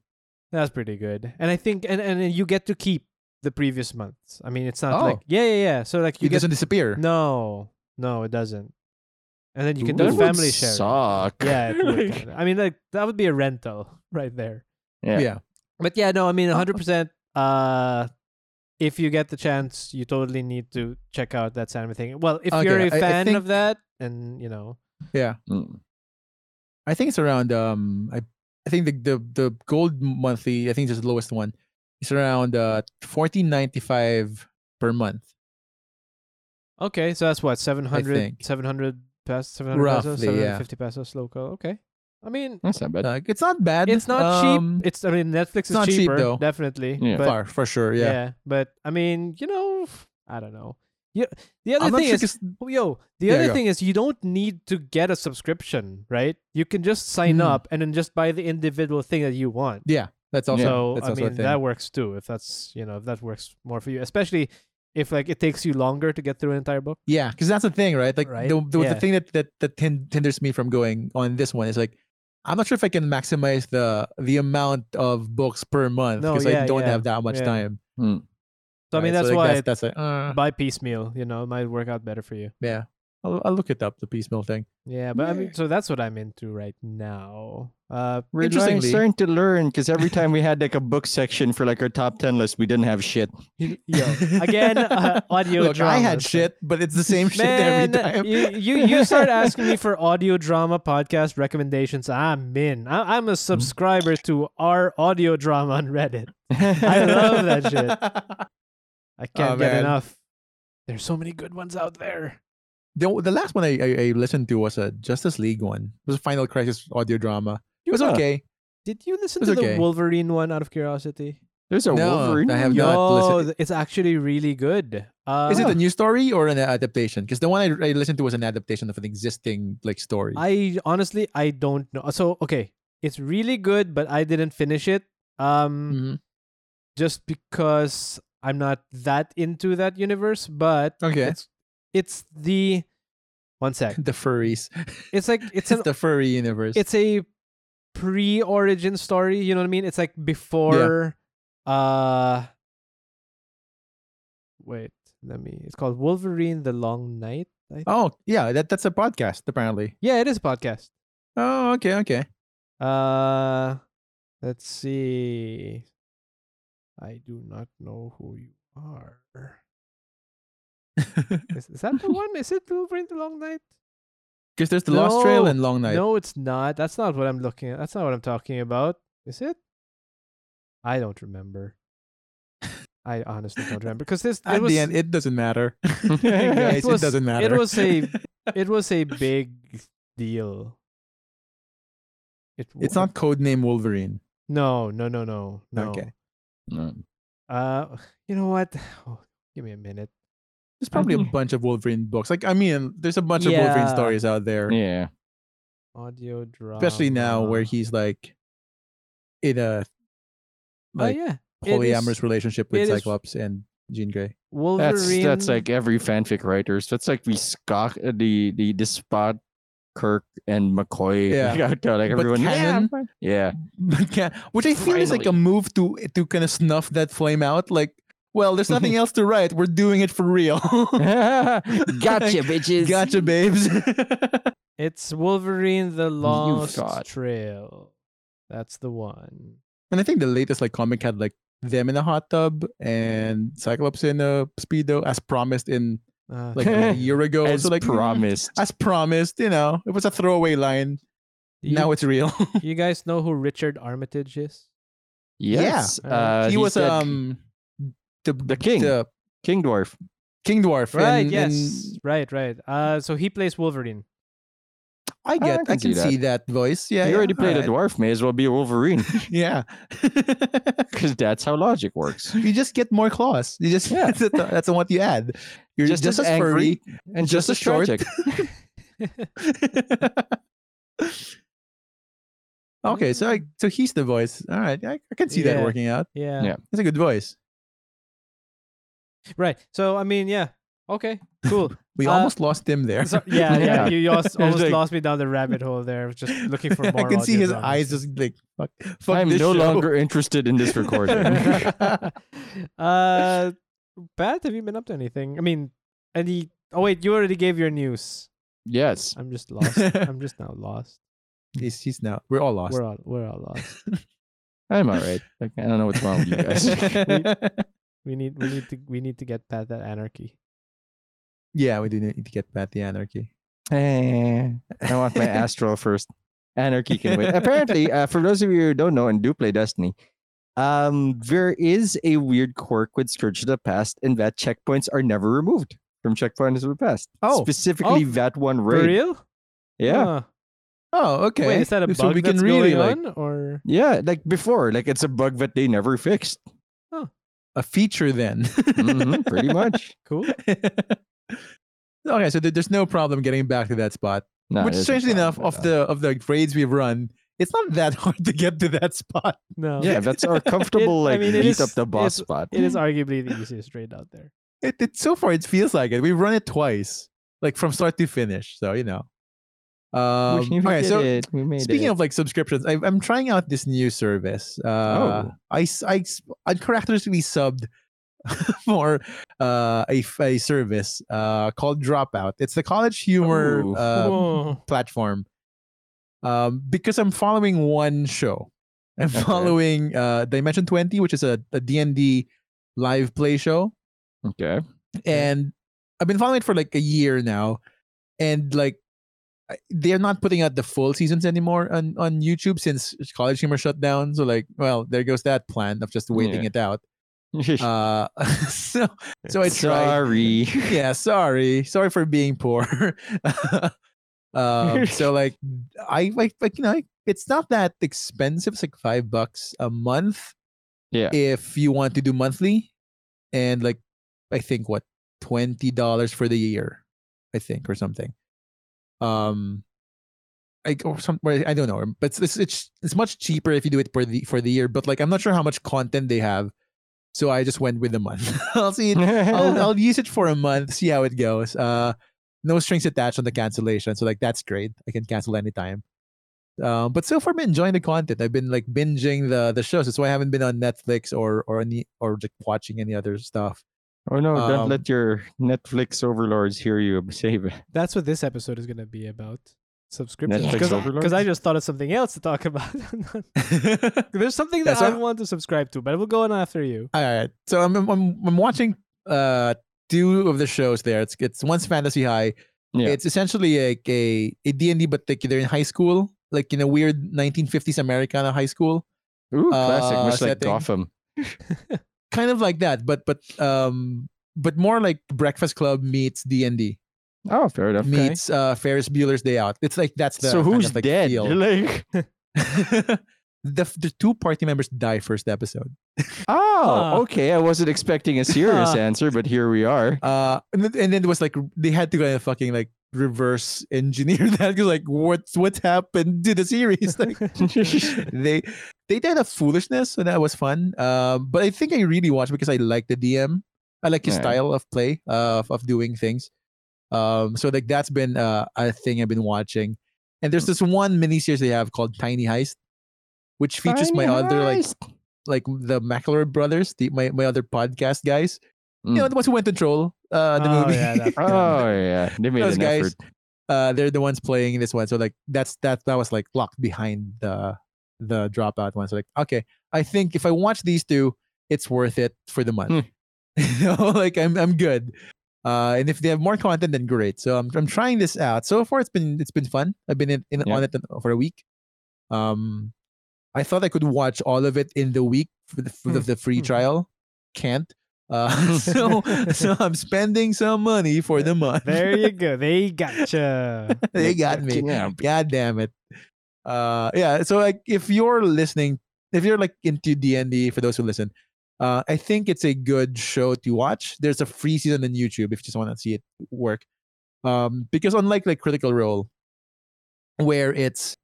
that's pretty good. And I think, and and you get to keep the previous months. I mean, it's not Oh. like yeah, yeah, yeah. So like you it get doesn't disappear. no, no, it doesn't. And then you can that do would family share. Suck. Yeah, it would Like, kinda. I mean, like that would be a rental [laughs] right there. [laughs] Yeah. Yeah. But yeah, no, I mean, [laughs] 100%. Uh, if you get the chance, you totally need to check out that anime thing. Well, if you're Okay, a I- I fan of think- that, and you know, Mm. I think it's around um I I think the the, the gold monthly I think it's the lowest one. It's around uh fourteen ninety five per month. okay, so that's what 700, think. 700 pesos, 700 pesos, Roughly, yeah. 750 pesos local. Okay, I mean, That's not bad. Like Uh, it's not bad. it's not um, cheap. It's I mean, Netflix is not cheap, cheaper, though. definitely. Yeah. but, far for sure. Yeah. but I mean, you know, I don't know. Yeah, the other I'm not thing sure is, 'cause- Oh, yo, the Yeah, other go. thing is you don't need to get a subscription, right? You can just sign Mm. up and then just buy the individual thing that you want. yeah, that's also so that's I also a mean thing. that works too. If that's you know if that works more for you, especially if like it takes you longer to get through an entire book. yeah, because that's the thing, right? Like Right? the the, Yeah. the thing that that that hin- hinders me from going on this one is like. I'm not sure if I can maximize the the amount of books per month No, because yeah, I don't yeah, have that much yeah. time. So I mean right? that's like, why that's, that's like, uh, buy piecemeal. You know, it might work out better for you. yeah. I'll, I'll look it up the piecemeal thing. Yeah, but I mean, Yeah. so that's what I'm into right now. Uh, We're trying, Interestingly- starting to learn because every time we had like a book section for like our top ten list, we didn't have [laughs] shit. yo, again, uh, audio. Look, I had dramas. shit, [laughs] but it's the [laughs] same shit Man, every time. [laughs] you, you you start asking me for audio drama podcast recommendations. I'm in. I, Hmm? I'm a subscriber to our audio drama on Reddit. I love that shit. I can't Oh, get man. enough. There's so many good ones out there. [laughs] The, the last one I, I, I listened to was a Justice League one. It was a Final Crisis audio drama. It was Yeah. okay. Did you listen It's to okay. the Wolverine one out of curiosity? There's a No, Wolverine. I have yo. not Yo, listened- th- it's actually really good. Uh, Is it a new story or an adaptation? Because the one I, I listened to was an adaptation of an existing like story. [laughs] I honestly I don't know. So okay, it's really good, but I didn't finish it. Um, Mhm. just because I'm not that into that universe, but Okay. it's it's the one [laughs] sec. The furries. It's like [laughs] it's It's, an [laughs] the furry universe. it's a pre-origin story, you know what I mean? It's like before uh wait, let me it's called Wolverine the Long Night. I think. oh yeah, that that's a podcast apparently. Yeah, it is a podcast. Oh okay okay. [laughs] Uh let's see. I do not know who you are. Is, is that [laughs] the one? Is it Wolverine the Long Night? Because there's the Lost Trail No, and Long Night. No, it's not. That's not what I'm looking at. That's not what I'm talking about. Is it? I don't remember. I honestly don't remember because this [laughs] At it was the end, it [laughs] doesn't matter. [laughs] Guys, It was- it doesn't it matter. was [laughs] a- it was a big deal. It it's wa- not codename Wolverine. No, no, no, no, no. Okay. No. Uh, you know what? [sighs] give me a minute. There's probably a think- bunch of Wolverine books. Like I mean, there's a bunch of Wolverine Yeah. stories out there. Yeah. Audio drama. especially now where he's like in a Oh like yeah. it is- Oh, polyamorous relationship it with is- Cyclops and Jean Grey. [laughs] That's Wolverine. that's like every fanfic writers. That's like the Scott, uh, the the despot, Kirk and McCoy. [laughs] Yeah. Like, out there, like But everyone. canon? yeah, I'm- yeah. [laughs] But can, which I feel is like a Finally. move to to kind of snuff that flame out. Like, well, there's [laughs] nothing else to write. We're doing it for real. gotcha, [laughs] bitches. gotcha, babes. [laughs] It's Wolverine the Lost thought. Trail. That's the one. and I think the latest like comic had like them in a hot tub and Cyclops in a speedo, as promised in Uh, like [laughs] [laughs] a year ago. As so like [laughs] mm, promised. as promised, you know, it was a throwaway line. you, now it's real. [laughs] you guys know who Richard Armitage is? Yes. Uh, Uh, he's he was that um the The king. the king dwarf. king dwarf. Right. and- yes. and Right. Right. Uh, so he plays Wolverine. I I get. I can can, see that. see that voice. Yeah, he yeah, already played a alright. dwarf. May as well be a [laughs] Wolverine Yeah. because that's how logic works. you just get more claws. You just Yeah. [laughs] that's, it- that's what you add. You're Just just, as as furry. And just, Just as a short. [laughs] tragic. okay, so I, so he's the voice. All right, I, I can see Mm. Yeah. that working out. Yeah. Yeah. That's a good voice. Right. So I mean, yeah. Okay. [laughs] Cool. We Uh, almost lost him there. So- yeah, yeah. Yeah. You, you almost, It's almost like- lost me down the rabbit hole there, just looking for more. [laughs] I can see his audio eyes just like fuck. fuck I'm this no show. longer interested in this recording. dramas. [laughs] uh, Pat, have you been up to anything? I mean, any? Oh wait, you already gave your news. yes. I'm just [laughs] lost. I'm just now lost. [laughs] He's he's now. We're all lost. We're all we're all lost. I'm all right. Like, I don't know what's wrong with you guys. [laughs] We need we need to we need to get Pat that anarchy. [laughs] yeah, we do need to get back the anarchy. Eh, I want my Astral first. Anarchy can wait. Apparently, uh, for those of you who don't know and do play Destiny, um, there is a weird quirk with Scourge of the Past in that checkpoints are never removed from checkpoints of the past. Oh. specifically that one For raid. real? Yeah, Huh. Oh, okay. Wait, is that a bug so we that's can really going like on, or yeah. Like before, like it's a bug that they never fixed. a feature then. Mhm, Mm-hmm. pretty much. cool? [laughs] okay, so there- there's no problem getting back to that spot. No, Which, there's no strangely enough, problem with of that. the of the raids we've run, it's not that [laughs] hard to get to that spot. No. yeah, that's [laughs] our comfortable I like mean, it beat is- up the boss it's- [laughs] spot. It is arguably the easiest raid out there. It, it so far it feels like it. We've run it twice, like from start to finish. So you know. Um, We okay, did so it. We made Speaking it. of like subscriptions, I, I'm trying out this new service. Uh, Oh. I s- I s- uncharacteristically subbed [laughs] for uh, a, f- a service uh, called Dropout. It's the college humor Ooh. uh, Whoa. platform. Um, because I'm following one show, I'm [laughs] Okay. following uh, Dimension Twenty, which is a, a D&D live play show okay, and I've been following it for like a year now, and like I- they're not putting out the full seasons anymore on on YouTube since College Humor shut down. So like, well, there goes that plan of just waiting Yeah. it out. [laughs] Uh, [laughs] so so I uh, tried. sorry. Yeah, sorry, sorry for being poor. [laughs] um, so like, I like like you know it's not that expensive. It's like five bucks a month Yeah, if you want to do monthly and like i think what $20 for the year i think or something um like or some well, i don't know but it's- it's, it's it's much cheaper if you do it for the for the year but like i'm not sure how much content they have so i just went with the month [laughs] i'll [laughs] see it I'll, I'll use it for a month, see how it goes. Uh, no strings attached on the cancellation, so like that's great. I can cancel anytime. Um, but so far, I've been enjoying the content. I've been like binging the the shows. That's why I haven't been on Netflix or or any or like watching any other stuff. Oh no, don't Um, let your Netflix overlords hear you [laughs] say that. That's what this episode is going to be about. Subscriptions. Netflix Because I overlords? just thought of something else to talk [laughs] [laughs] about. There's something that Yeah, so- I want to subscribe to, but I will go on after you. All right, so I'm I'm I'm I'm watching uh two of the shows there. It's it's one's Fantasy High. Yeah. It's essentially like a a D and D, but like they're in high school, like in a weird 1950s Americana high school. Ooh, classic, Uh, much like setting. Gotham. kind of like that, but but um but more like Breakfast Club meets D and D Oh, fair enough. Okay. meets uh, Ferris Bueller's Day Out. It's like that's the so kind who's of, like, dead? [laughs] feel. Like, the the two party members die first episode. oh, Ah. okay. I wasn't expecting a serious Ah. answer, but here we [laughs] are. Uh, and then, and then it was like they had to kind of fucking like reverse engineer [laughs] that 'cause, like what's what's happened to the series [laughs] like they they did a foolishness so that was fun um but i think i really watched because i like the dm I like his Yeah. style of play, uh, of, of doing things. Um, so like that's been uh, a thing I've been watching. And Hmm. there's this one miniseries they have called Tiny Heist, which features my other like like the Mackler brothers, the my, my other podcast guys. You know, the ones who went to troll uh, the Hmm. Oh, movie. yeah, [laughs] that- Oh yeah, they made Those an guys. effort. uh, they're the ones playing this one. So like that's that that was like locked behind the the dropout one. So like okay, I think if I watch these two, it's worth it for the month. Hmm. [laughs] you know, like I'm I'm good. Uh, and if they have more content, then great. So I'm I'm trying this out. So far, it's been it's been fun. I've been in, in Yeah. on it for a week. Um, I thought I could watch all of it in the week for the, for the, Hmm. the Hmm. free trial. Can't. Uh, [laughs] so [laughs] so I'm spending some money for the month. there you go. They [laughs] gotcha. [laughs] they got me. Fucking hell. God damn it. Uh yeah, so like if you're listening, if you're like into D and D for those who listen, uh I think it's a good show to watch. There's a free season on YouTube if you just want to see it work. Um because unlike like Critical Role where it's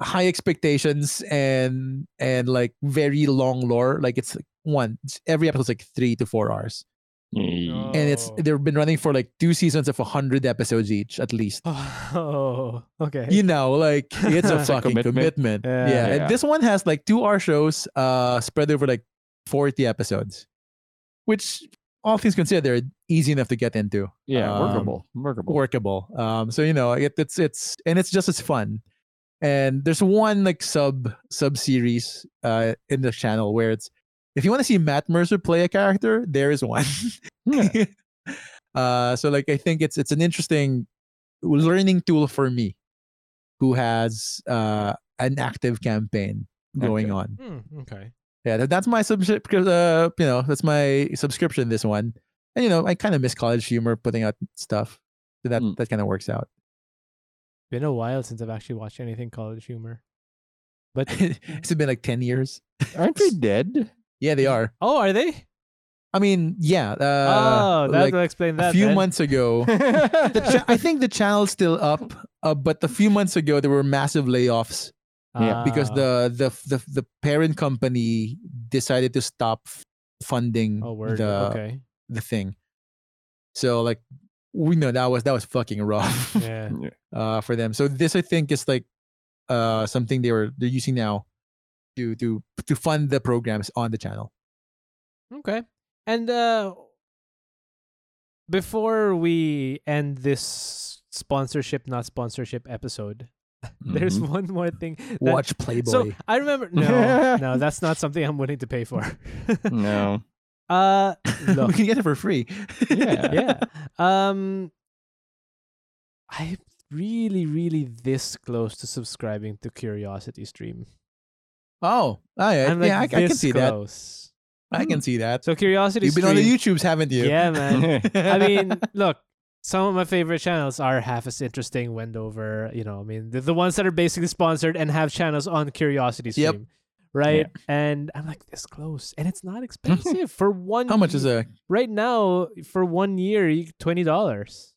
high expectations and and like very long lore, like it's like one every episode's like 3 to 4 hours. Yeah. And it's Oh. they've been running for like two seasons of 100 episodes each at least Oh, okay. you know, like it's a It's a fucking commitment. commitment. Yeah. Yeah. and Yeah. this one has like two hour shows uh spread over like 40 episodes, which all things considered, easy enough to get into, Yeah, Um, workable, workable. workable. Um, so you know, it, it's it's and it's just as fun. And there's one like sub sub series uh in the channel where it's if you want to see Matt Mercer play a character, there is one. [laughs] uh, so like I think it's it's an interesting learning tool for me, who has uh, an active campaign going Okay. on. Hmm, okay. Yeah, that, that's my subscription. Uh, you know, that's my subscription. This one, and you know, I kind of miss college humor putting out stuff, so that Mm. that kind of works out. [laughs] Been a while since I've actually watched anything College Humor. But it's been like ten years. Aren't they [laughs] [laughs] dead? Yeah, they are. oh, are they? I mean, yeah. Uh, oh, that like will explain that. a few then. [laughs] months ago. the cha- I think the channel's still up, uh, but a few months ago there were massive layoffs Yeah, because Ah, the the the, the parent company decided to stop f- funding oh word. the okay. the thing. So like we know that was that was fucking rough [laughs] Yeah. uh, for them. So this I think is like uh, something they were they're using now to to to fund the programs on the channel. Okay. And uh before we end this sponsorship not sponsorship episode, [laughs] there's Mhm. one more thing. that- Mm-hmm. Watch [laughs] Playboy. So I remember [laughs] no, no, that's not something I'm willing to pay for. no. [laughs] uh we [laughs] look, can get it for free. Yeah. [laughs] yeah. Um I'm really, really this close to subscribing to Curiosity Stream. Oh, oh yeah, I'm like yeah I, I this can see that. close. I can see that. So Curiosity You've been Stream on the YouTubes, haven't you? Yeah, man. yeah. I [laughs] mean, look, some of my favorite channels are half as interesting, Wendover, you know, I mean, the, the ones that are basically sponsored and have channels on Curiosity Stream. Yep. Right? And I'm like, this close. And it's [laughs] not expensive. for one How much is ye- a? Right now, for one year, you- $20.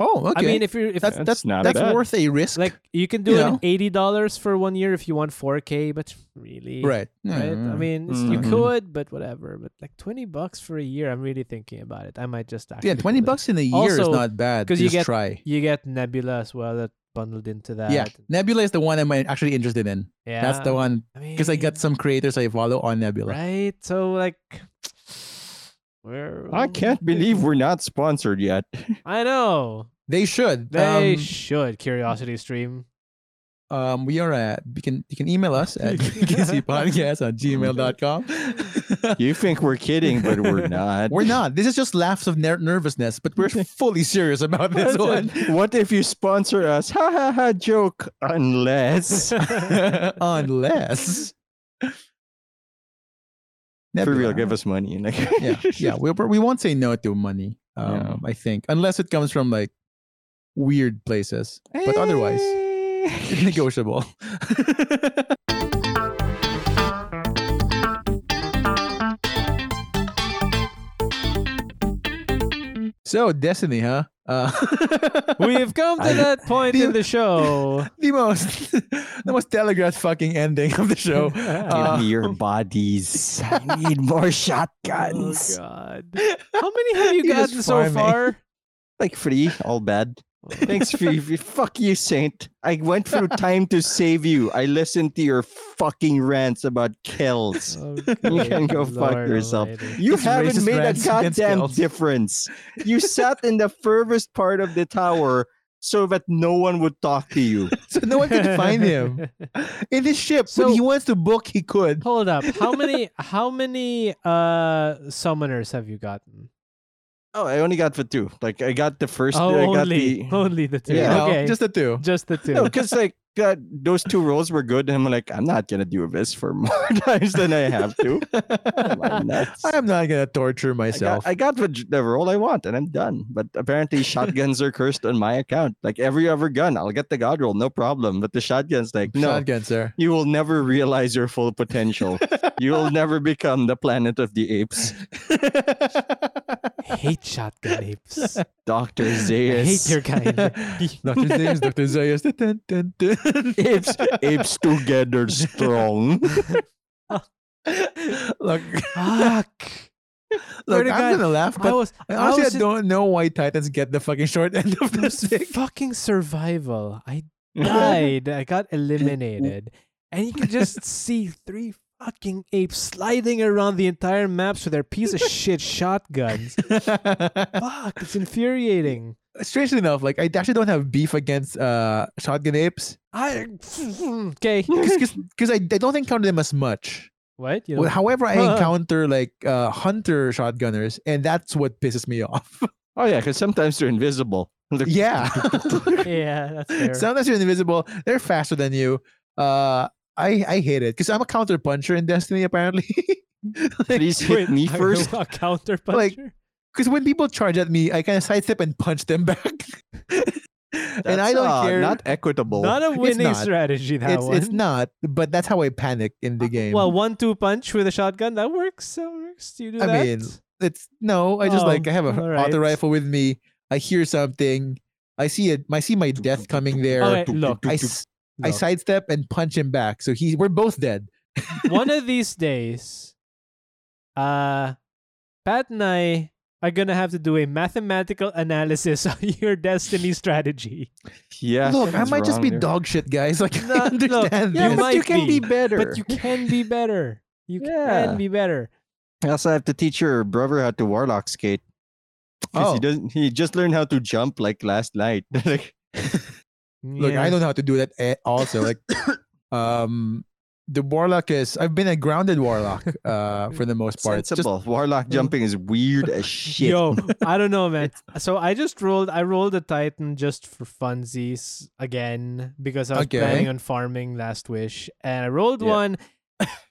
Oh, okay. I mean, if you're, if that's That's that's not not that's bad. worth a risk. like, you can do you an know. $80 for one year if you want 4K, but really. right? Right? I Mm. mean, it's, you Mm. could, but whatever. But like 20 bucks for a year, I'm really thinking about it. I might just actually yeah, twenty do that. bucks in a year is Also, not bad. 'cause Just you get- try. You get Nebula as well that bundled into that. Yeah, Nebula is the one I'm actually interested in. yeah. That's the one because I mean, got some creators I follow on Nebula. right. So like, we're I can't believe we're not sponsored yet. [laughs] I know They should. they um, should Curiosity [laughs] Stream. [laughs] um, we are at. You can you can email us [laughs] at podcast on gmail.com. You think we're kidding, but we're not. [laughs] We're [laughs] not. This is just laughs of ner- nervousness, but [laughs] we're fully serious about this one. [laughs] What if you sponsor us? Ha ha ha! Joke. [laughs] Unless Unless. for real, Nebula. give us money. Like, yeah, [laughs] yeah. We we won't say no to [laughs] money. Um, No. I think unless it comes from like weird places, but [laughs] otherwise negotiable. [laughs] So Destiny, huh? [laughs] Uh, We've come to I- that point in You- the show. the most [laughs] the most telegraphed fucking ending of [laughs] the show. Uh, Give me your bodies. I need more shotguns. Oh god. How many have you He was gotten so farming. far? [laughs] like free, all bad. Thanks for you. Fuck you, Saint. I went through time to save you. I listened to your fucking rants about kills. [laughs] Oh, You good can go fuck Lord yourself. almighty. You His haven't racist made a rants against goddamn girls. difference. You sat in the furthest part of the tower so that no one would talk to [laughs] you. [laughs] so no one could find [laughs] him in his ship. So- when he wants to book, he could. [laughs] Oh, Hold up. How many how many uh summoners have you gotten? Oh, I only got the two. Like I got the first. Oh, I got only the, only the two. You Yeah. know, okay. Just, just the two. the two. No, because like God, those two roles were good, and I'm like, I'm not gonna do this for more [laughs] times than I have [laughs] to. Am I nuts? I am not gonna torture I got, myself. I got the, the role I want, and I'm done. But apparently, shotguns are cursed on my account. Like every other gun, I'll get the god roll, no problem. But the shotguns, like, no, Shotgun, sir. you will never realize your full [laughs] potential. you will never become the planet of the apes, [laughs] hate shotgun apes. Doctor I Zeus. hate your [laughs] kind. Dr. Zeus, Dr. Zeus. Dun, dun, dun, [laughs] dun. [laughs] apes. Apes [laughs] together strong. [laughs] look, Fuck. look I'm to God, gonna laugh, I but was I honestly, was I in- don't know why Titans get the fucking short end [laughs] of the stick. [laughs] fucking survival. I died. I got eliminated. And you can just see three fucking apes sliding around the entire maps with their piece of shit shotguns. Fuck, it's infuriating. Strangely enough, like I actually don't have beef against uh shotgun apes I [laughs] okay. because I, I don't encounter them as much. What? You Well, don't- however, I Huh. encounter like uh hunter shotgunners, and that's what pisses [laughs] me off. Oh yeah, because sometimes they're invisible. They're- yeah, [laughs] [laughs] yeah, that's fair. sometimes you're invisible. They're faster than you. Uh, I I hate it because I'm a counter puncher in Destiny apparently. [laughs] [laughs] Please hit [laughs] me first. A counter Like, puncher? Because when people charge at me, I kind of sidestep and punch them [laughs] back. and I That's, don't uh, care. Not equitable. Not a winning not. strategy that it's, one. Uh, it's not, but that's how I panic in the game. Well, one two punch with a shotgun that works. That works. Do you do I that? mean, [laughs] it's no. I just Oh, like I have a all auto right. rifle with me. I hear something. I see it. I see my death coming there. All right, look, I, s- I No. sidestep and punch him back. So he, we're both dead. one of these days, uh, Pat and I are gonna have to do a mathematical analysis [laughs] on your destiny strategy. yeah. Look, I something's might just wrong be there. dog shit, guys. [laughs] Like No, I look, understand. you Yeah, this. but you might can be, be, better. But you can be better. [laughs] You Yeah. can be better. I also have to teach your brother how to warlock skate. 'Cause Oh. he doesn't. He just learned how to jump like last night. [laughs] like, Look, I don't know how to do that at also. [coughs] Like, um, the warlock is. I've been a grounded warlock uh, for the most part. Just- sensible. warlock jumping is weird as shit. Yo, I don't know, man. So I just rolled. I rolled a Titan just for funsies again because I was Okay. planning on farming Last Wish, and I rolled Yeah. one.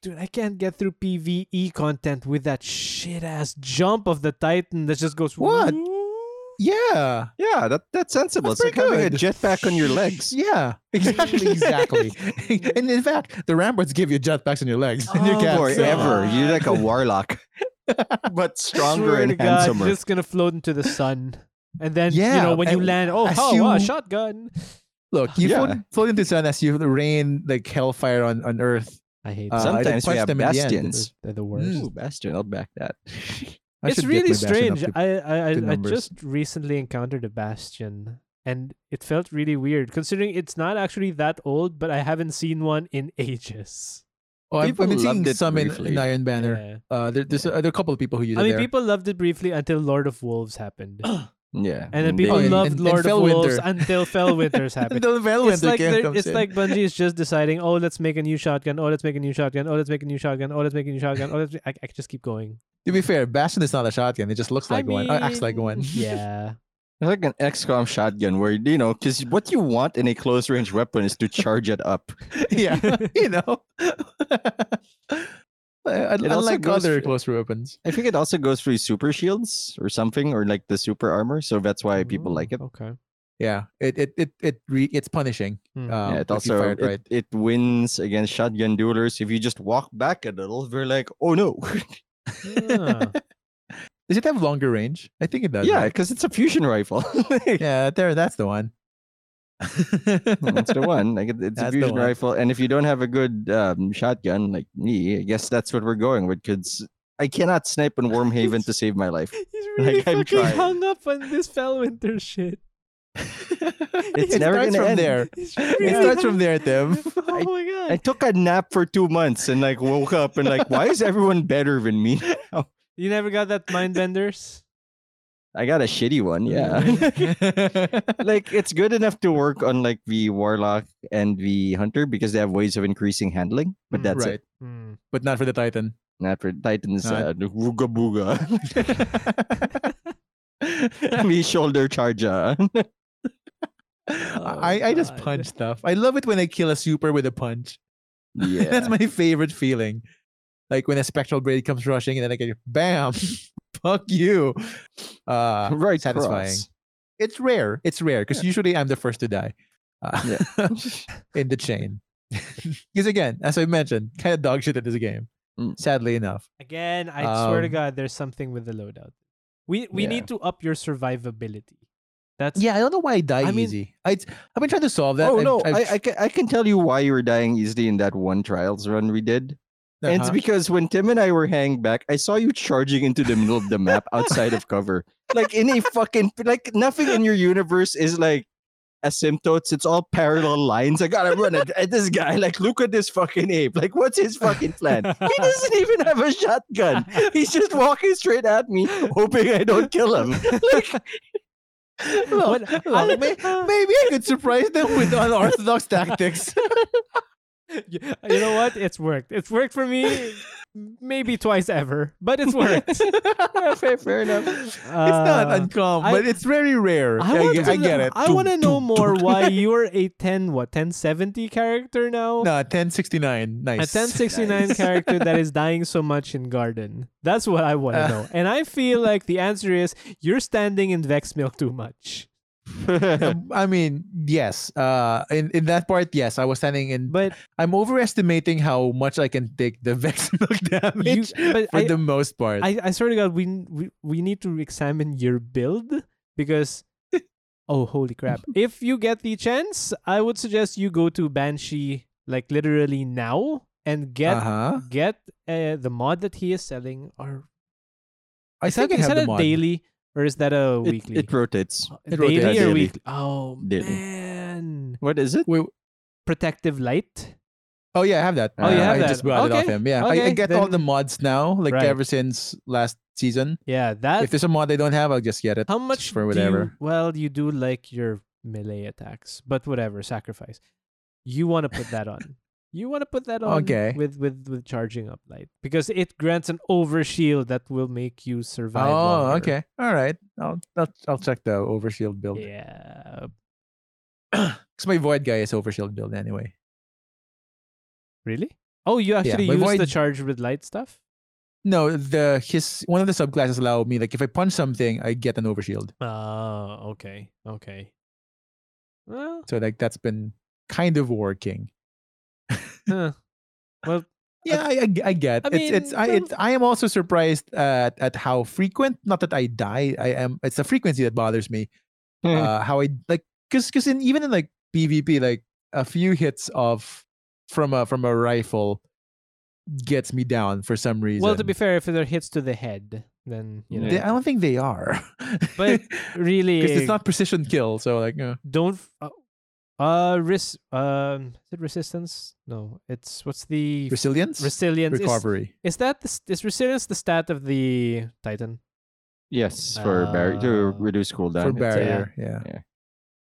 Dude, I can't get through PVE content with that shit ass jump of the Titan that just goes. What? "Woo." yeah, Yeah, that that's sensible. That's it's like pretty having a good. jetpack on your legs. [laughs] yeah, [laughs] exactly, exactly. [laughs] and in fact, the ramparts give you jetpacks on your legs [laughs] and your Oh, calves. Or God. ever. You're like a warlock, but stronger Swear to and God, handsomer. Just gonna float into the sun, and then you Yeah, know when you and land, oh, as oh wow, you- shotgun. Look, you Yeah. float, float into the sun as you rain like hellfire on, on Earth. I hate Uh, I that. didn't Sometimes we punch have them in the end. bastions. They're the worst. Ooh, bastion. I'll back that. [laughs] I it's should get really my Bastion up strange. to- I I, I, I to numbers. just recently encountered a bastion, and it felt really weird considering it's not actually that old, but I haven't seen one in [laughs] ages. oh, I've, I've people been seeing loved it some in, briefly. in Iron Banner. Yeah. Uh, there, there's, a, there are a couple of people who use I it mean, [laughs] there. people loved it briefly until Lord of Wolves [clears throat] happened, Yeah. and then they- people and- loved and Lord of Fell Wolves Winter. until Fell [laughs] Winters happened. Until Valorant it's like again they're- comes it's in. like Bungie is [laughs] just deciding, oh, let's make a new shotgun, oh, let's make a new shotgun, oh, let's make a new shotgun, oh, let's make a new shotgun, oh, let's I, I could just keep going. to be fair, Bastion is not a shotgun. It just looks I like one. Or acts like mean, [laughs] one. Yeah. [laughs] It's like an XCOM shotgun where, you know, because what you want in a close range weapon is to charge it up. yeah, [laughs] you know. [laughs] Un- It also Unlike goes other for- close weapons. I think it also goes through super shields or something, or like the super armor. So that's why people Oh, like it. Okay. Yeah, it it it it re, it's punishing. Hmm. Um, yeah, if it you also fire it, it right. it wins against shotgun duelers. If you just walk back a little, they're like, "Oh no!" Ah. Does it have longer range? I think it does. yeah, right? because it's a fusion [laughs] rifle. [laughs] yeah. There, that's the one. that's the one. Like it- it's That's a the fusion one. rifle, and if you don't have a good um, shotgun like me, I guess that's what we're going with. Because I cannot snipe in Wormhaven to save my life. [laughs] He's Like, really I'm fucking trying. hung up on this Fellwinter shit. It's it never starts gonna from end. there. He's It really starts hung- from there, Tim. [laughs] Oh my god. I took a nap for two months and like woke up and like, why is everyone better than me? you never got that mind benders? [laughs] I got a shitty one. [laughs] Yeah. [laughs] like it's good enough to work on like the warlock and the hunter because they have ways of increasing handling, but Mm, that's right, it. Hmm. [laughs] but not for the Titan. Not for Titans. Uh, Uh, the wooga booga. [laughs] the shoulder charger. [laughs] I, I just Oh, God. punch stuff. I love it when I kill a super with a punch. yeah. [laughs] That's my favorite feeling. Like when a spectral blade comes rushing and then I get bam, [laughs] fuck you. Uh, [laughs] right. satisfying. it's rare. It's rare because usually I'm the first to die uh, cross. [laughs] in the chain. [laughs] Because again, as I mentioned, kind of dog shit in this game. Mm. Sadly enough, [laughs] Again, I swear to Um, God, there's something with the loadout. We we yeah. need to up your survivability. That's [laughs] yeah, I don't know why I die I mean- easy. I, I've been trying to solve that. oh I've- no, I've I, tr- I, can, I can tell you why you were dying easily in that one trials run we did. And it's uh-huh. because when Tim and I were hanging back, I saw you charging into the middle of the map outside of cover. Like in a fucking like nothing in your universe is like asymptotes. It's all parallel lines. I gotta run at, at this guy. Like, look at this fucking ape. Like, what's his fucking plan? He doesn't even have a shotgun. He's just walking straight at me, hoping I don't kill him. Like, [laughs] Look, look, may- maybe I could surprise them with [laughs] unorthodox tactics. [laughs] Y- [laughs] you know what? It's worked. It's worked for me maybe twice ever, but it's worked. fair, fair [laughs] enough. it's not Uh, uncommon, I- but it's very rare. I, want ge- to I get know, it. I Dum, want to know dum, more dum. [laughs] why you're a 10 what 1070 character now? No, 1069. Nice. A 1069 Nice. character that [laughs] is dying so much in Garden. That's what I want to Uh. know. And I feel like the answer is you're standing in Vex Milk too much. [laughs] Um, I mean, yes. Uh, in, in that part, yes. I was standing in. But I'm overestimating how much I can take the [laughs] vex milk damage but for I- the most part. I, I swear to God, we, n- we we need to examine your build [laughs] because oh holy crap! If you get the chance, I would suggest you go to Banshee like literally now and get uh-huh. get uh, the mod that he is selling. Or I is that, think I is have that the a mod. daily or is that a [laughs] It- weekly? it rotates. Uh, it daily rotates. or Daily. weekly? Oh Daily. man, What is it? Wait, protective light. oh yeah, I have that. Oh, you have I that. just bought it off Okay, him. Yeah, I- okay, I, get all then- the mods now. Like Right. ever since last season. Yeah, if that. there's a mod I don't have, I'll just get it. How much for do You, whatever. well, you do like your melee attacks, but whatever, sacrifice. You want to put that [laughs] on. You want to put that on Okay. with, with with charging up light because it grants an overshield that will make you survive. oh, longer. okay. All right. I'll, I'll I'll check the overshield build. Yeah. Because my void guy is overshield build anyway. Really? Oh, you actually my use the void- charge with light stuff? No, the his one of the subclasses allow me like if I punch something, I get an overshield. Oh, okay. Okay. Well, So like that's been kind of working. [laughs] huh. well, uh, Yeah, I, I, I get. I it's it's I mean, it's, I am also surprised at at how frequent. Not that I die. I am. It's the frequency that bothers me. Hmm. uh, how I like because because in even in like PvP, like a few hits of from a from a rifle gets me down for some reason. well. To be fair, if there are hits to the head, then you know. They- I don't think they are, [laughs] But really, because it's not precision kill. So like, uh, don't f- uh, uh ris- um is it resistance no it's what's the f- resilience, resilience Is- recovery. is, that the, s- is resilience the stat of the titan yes, for barrier Uh, to reduce cooldown. for It's- barrier. Yeah. Yeah.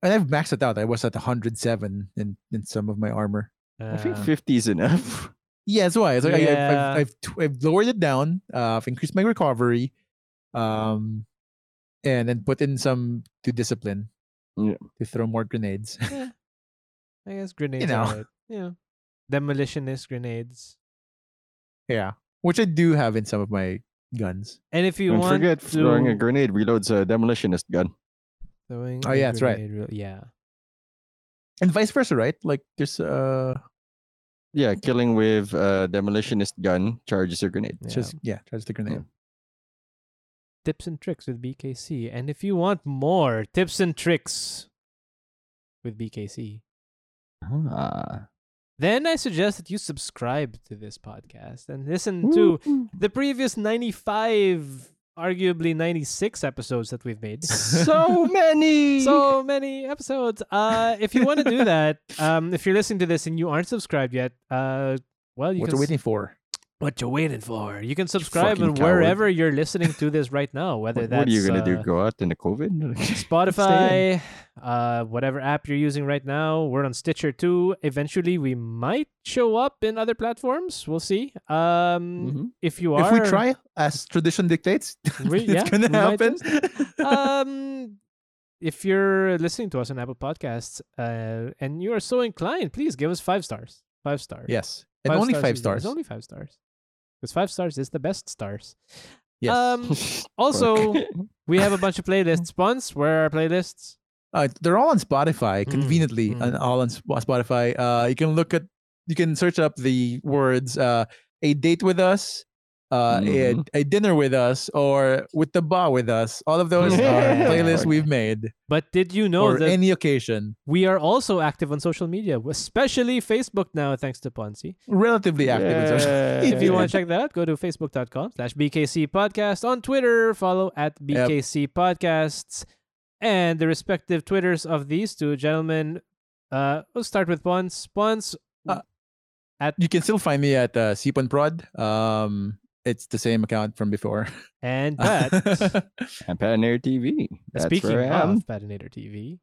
And I've maxed it out. I was at 107 in, in some of my armor. I think Uh, 50 is enough. Yeah, that's why. It's like I, Yeah. I've, I've, tw- I've lowered it down. Uh, I've increased my recovery, um, and then put in some to discipline. Yeah. To throw more grenades. [laughs] i guess grenades know. are it. yeah demolitionist grenades yeah, which I do have in some of my guns. and if [laughs] you Don't want forget, to throwing a grenade reloads a demolitionist gun. throwing Oh, a yeah, that's right. grenade will- yeah And vice versa, right? Like there's uh Yeah, killing with a demolitionist gun charges your grenade. yeah. just yeah, charge the grenade. tips and tricks with BKC. And if you want more tips and tricks with BKC, Ah. then I suggest that you subscribe to this podcast and listen to the previous 95, arguably 96 episodes that we've [laughs] made. [laughs] so many. so many [laughs] episodes. Uh, if you want to do that, um, if you're listening to this and you aren't subscribed yet, uh, well, you what can are you waiting for? what you waiting for? You can subscribe fucking and wherever you're listening to this right now, whether what, that's what are you gonna uh, do? Go out in the [laughs] COVID? Spotify, uh, whatever app you're using right now. We're on Stitcher too. Eventually, we might show up in other platforms. We'll see. Um, Mhm. If you Mm-hmm. If are, we try, as tradition dictates, we- [laughs] it's yeah, gonna we might happen. just- [laughs] um, if you're listening to us on Apple Podcasts uh, and you are so inclined, please give us five stars. Five stars. yes, and only five is the- it's stars. Only five stars. Because five stars is the best stars. yes. [laughs] Um, [laughs] also, we have a bunch of playlists. Once, where are our playlists? Uh, they're all on Spotify, Mm, conveniently, mm. and all on Sp- Spotify. Uh, you can look at, you can search up the words uh, "a date with us," uh, Mm-hmm. Mhm. a, "a dinner with us," or "with the bar with us." All of [laughs] those are Yeah. playlists we've made But did you know for that any occasion. we are also active on social media, especially Facebook now, thanks to Ponzi. Relatively active. in social- [laughs] If you want watch, to check that out, go to facebook.com slash BKC Podcast. On Twitter, follow at Yep. BKC Podcasts. And the respective Twitters of these two gentlemen. Uh, we'll start with Ponce. Ponce, [laughs] You can still find me at uh, Sipon Prod. Um, it's the same account from before. and [laughs] Pat. I'm Pat Nair TV. That's Speaking where I am. of Patinator TV,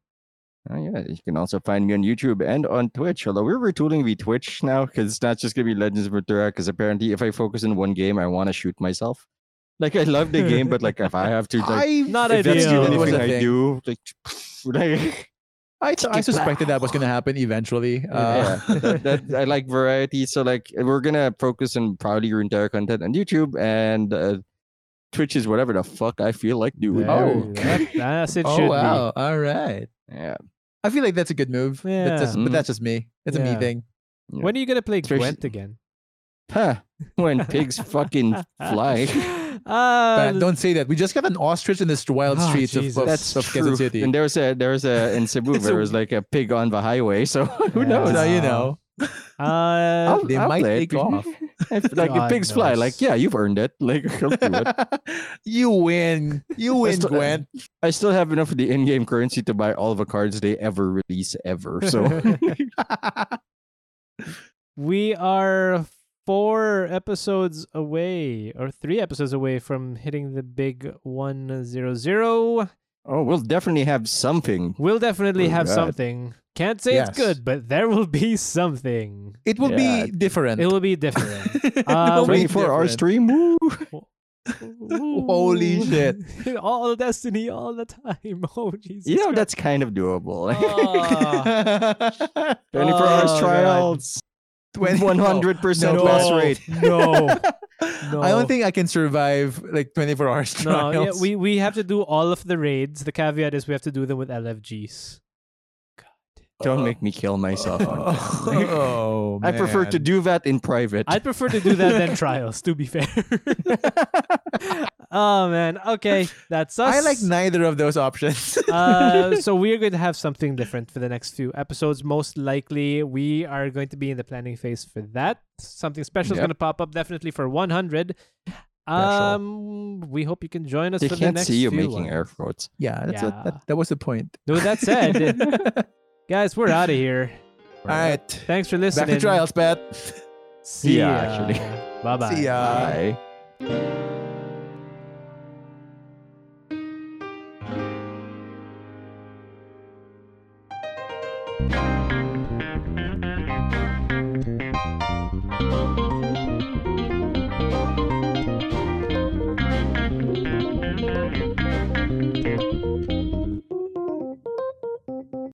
Oh, yeah. You can also find me on YouTube and on Twitch. Although we're retooling the Twitch now because it's not just going to be Legends of Ventura. Because apparently, if I focus in one game, I want to shoot myself. Like, I love the game, but like, if I have to, like, [laughs] I Not if that's the ideal. only It was thing a I thing. do, like, [laughs] like I, I suspected that was going to happen [laughs] eventually. Uh, [laughs] [laughs] yeah, that, that, I like variety. So, like, we're going to focus on probably your entire content on YouTube and uh, Twitch is whatever the fuck I feel like doing. there Oh. we go. That- that's it [laughs] oh should wow! All right. [laughs] Yeah. I feel like that's a good move. That's Yeah. just- Mhm. But that's just me. It's a Yeah. me thing. be. When are you gonna play Especially- Gwent again? Huh. When pigs [laughs] [laughs] fucking fly. Uh, But [laughs] don't say that. We just got an ostrich in the wild Ah, streets of, Jesus. of, That's of true. Kansas City. [laughs] And there was a there was a in Cebu It's there a- was like a pig on the highway. So [laughs] who Yeah. knows? No, now you Wow. [laughs] know. uh, they might play it. take off. [laughs] If, like if God pigs fly, knows. like yeah, you've earned it. Like [laughs] I'll do it. [laughs] you win. You win, still- [laughs] Gwen. I still have enough of the in-game currency to buy all of the cards they ever release ever. So We are four episodes away, or three episodes away from hitting the big 100. oh, we'll definitely have something. We'll definitely Oh, have God. something. Can't say it's Yes. good, but there will be something. [laughs] It will Yeah. be different. It will be different. [laughs] It Uh, will be 24 hour different. [laughs] stream. Woo. Holy shit. [laughs] all destiny, all the time. [laughs] Oh, Jesus. You know Christ. that's kind of doable. Oh, [laughs] Ah. 24 hours Oh, God. trials, 20 100 percent [laughs] No. pass rate. [laughs] no. I No. don't think I can survive like 24 hours No, [laughs] trials. yeah, we, we have to do all of the raids. The caveat is we have to do them with LFGs. Don't make me kill myself. on camera. [laughs] Oh, [laughs] [laughs] I prefer to man. do that in private. I'd prefer to do that [laughs] than trials, to be fair. [laughs] oh man. Okay. That's us. I like neither of those options. [laughs] uh, so we are going to have something different for the next few episodes. Most likely, we are going to be in the planning phase for that. Something special is Yep. going to pop up definitely for 100. Um, we hope you can join us they for the can't next see you few making ones. air quotes. [laughs] yeah, that's what- Yeah. that, that was the point. No, that said, [laughs] [laughs] All guys, we're out of here. right. Thanks for listening. Back to trials, Pat. See ya, ya. actually. Bye bye. See ya. Bye.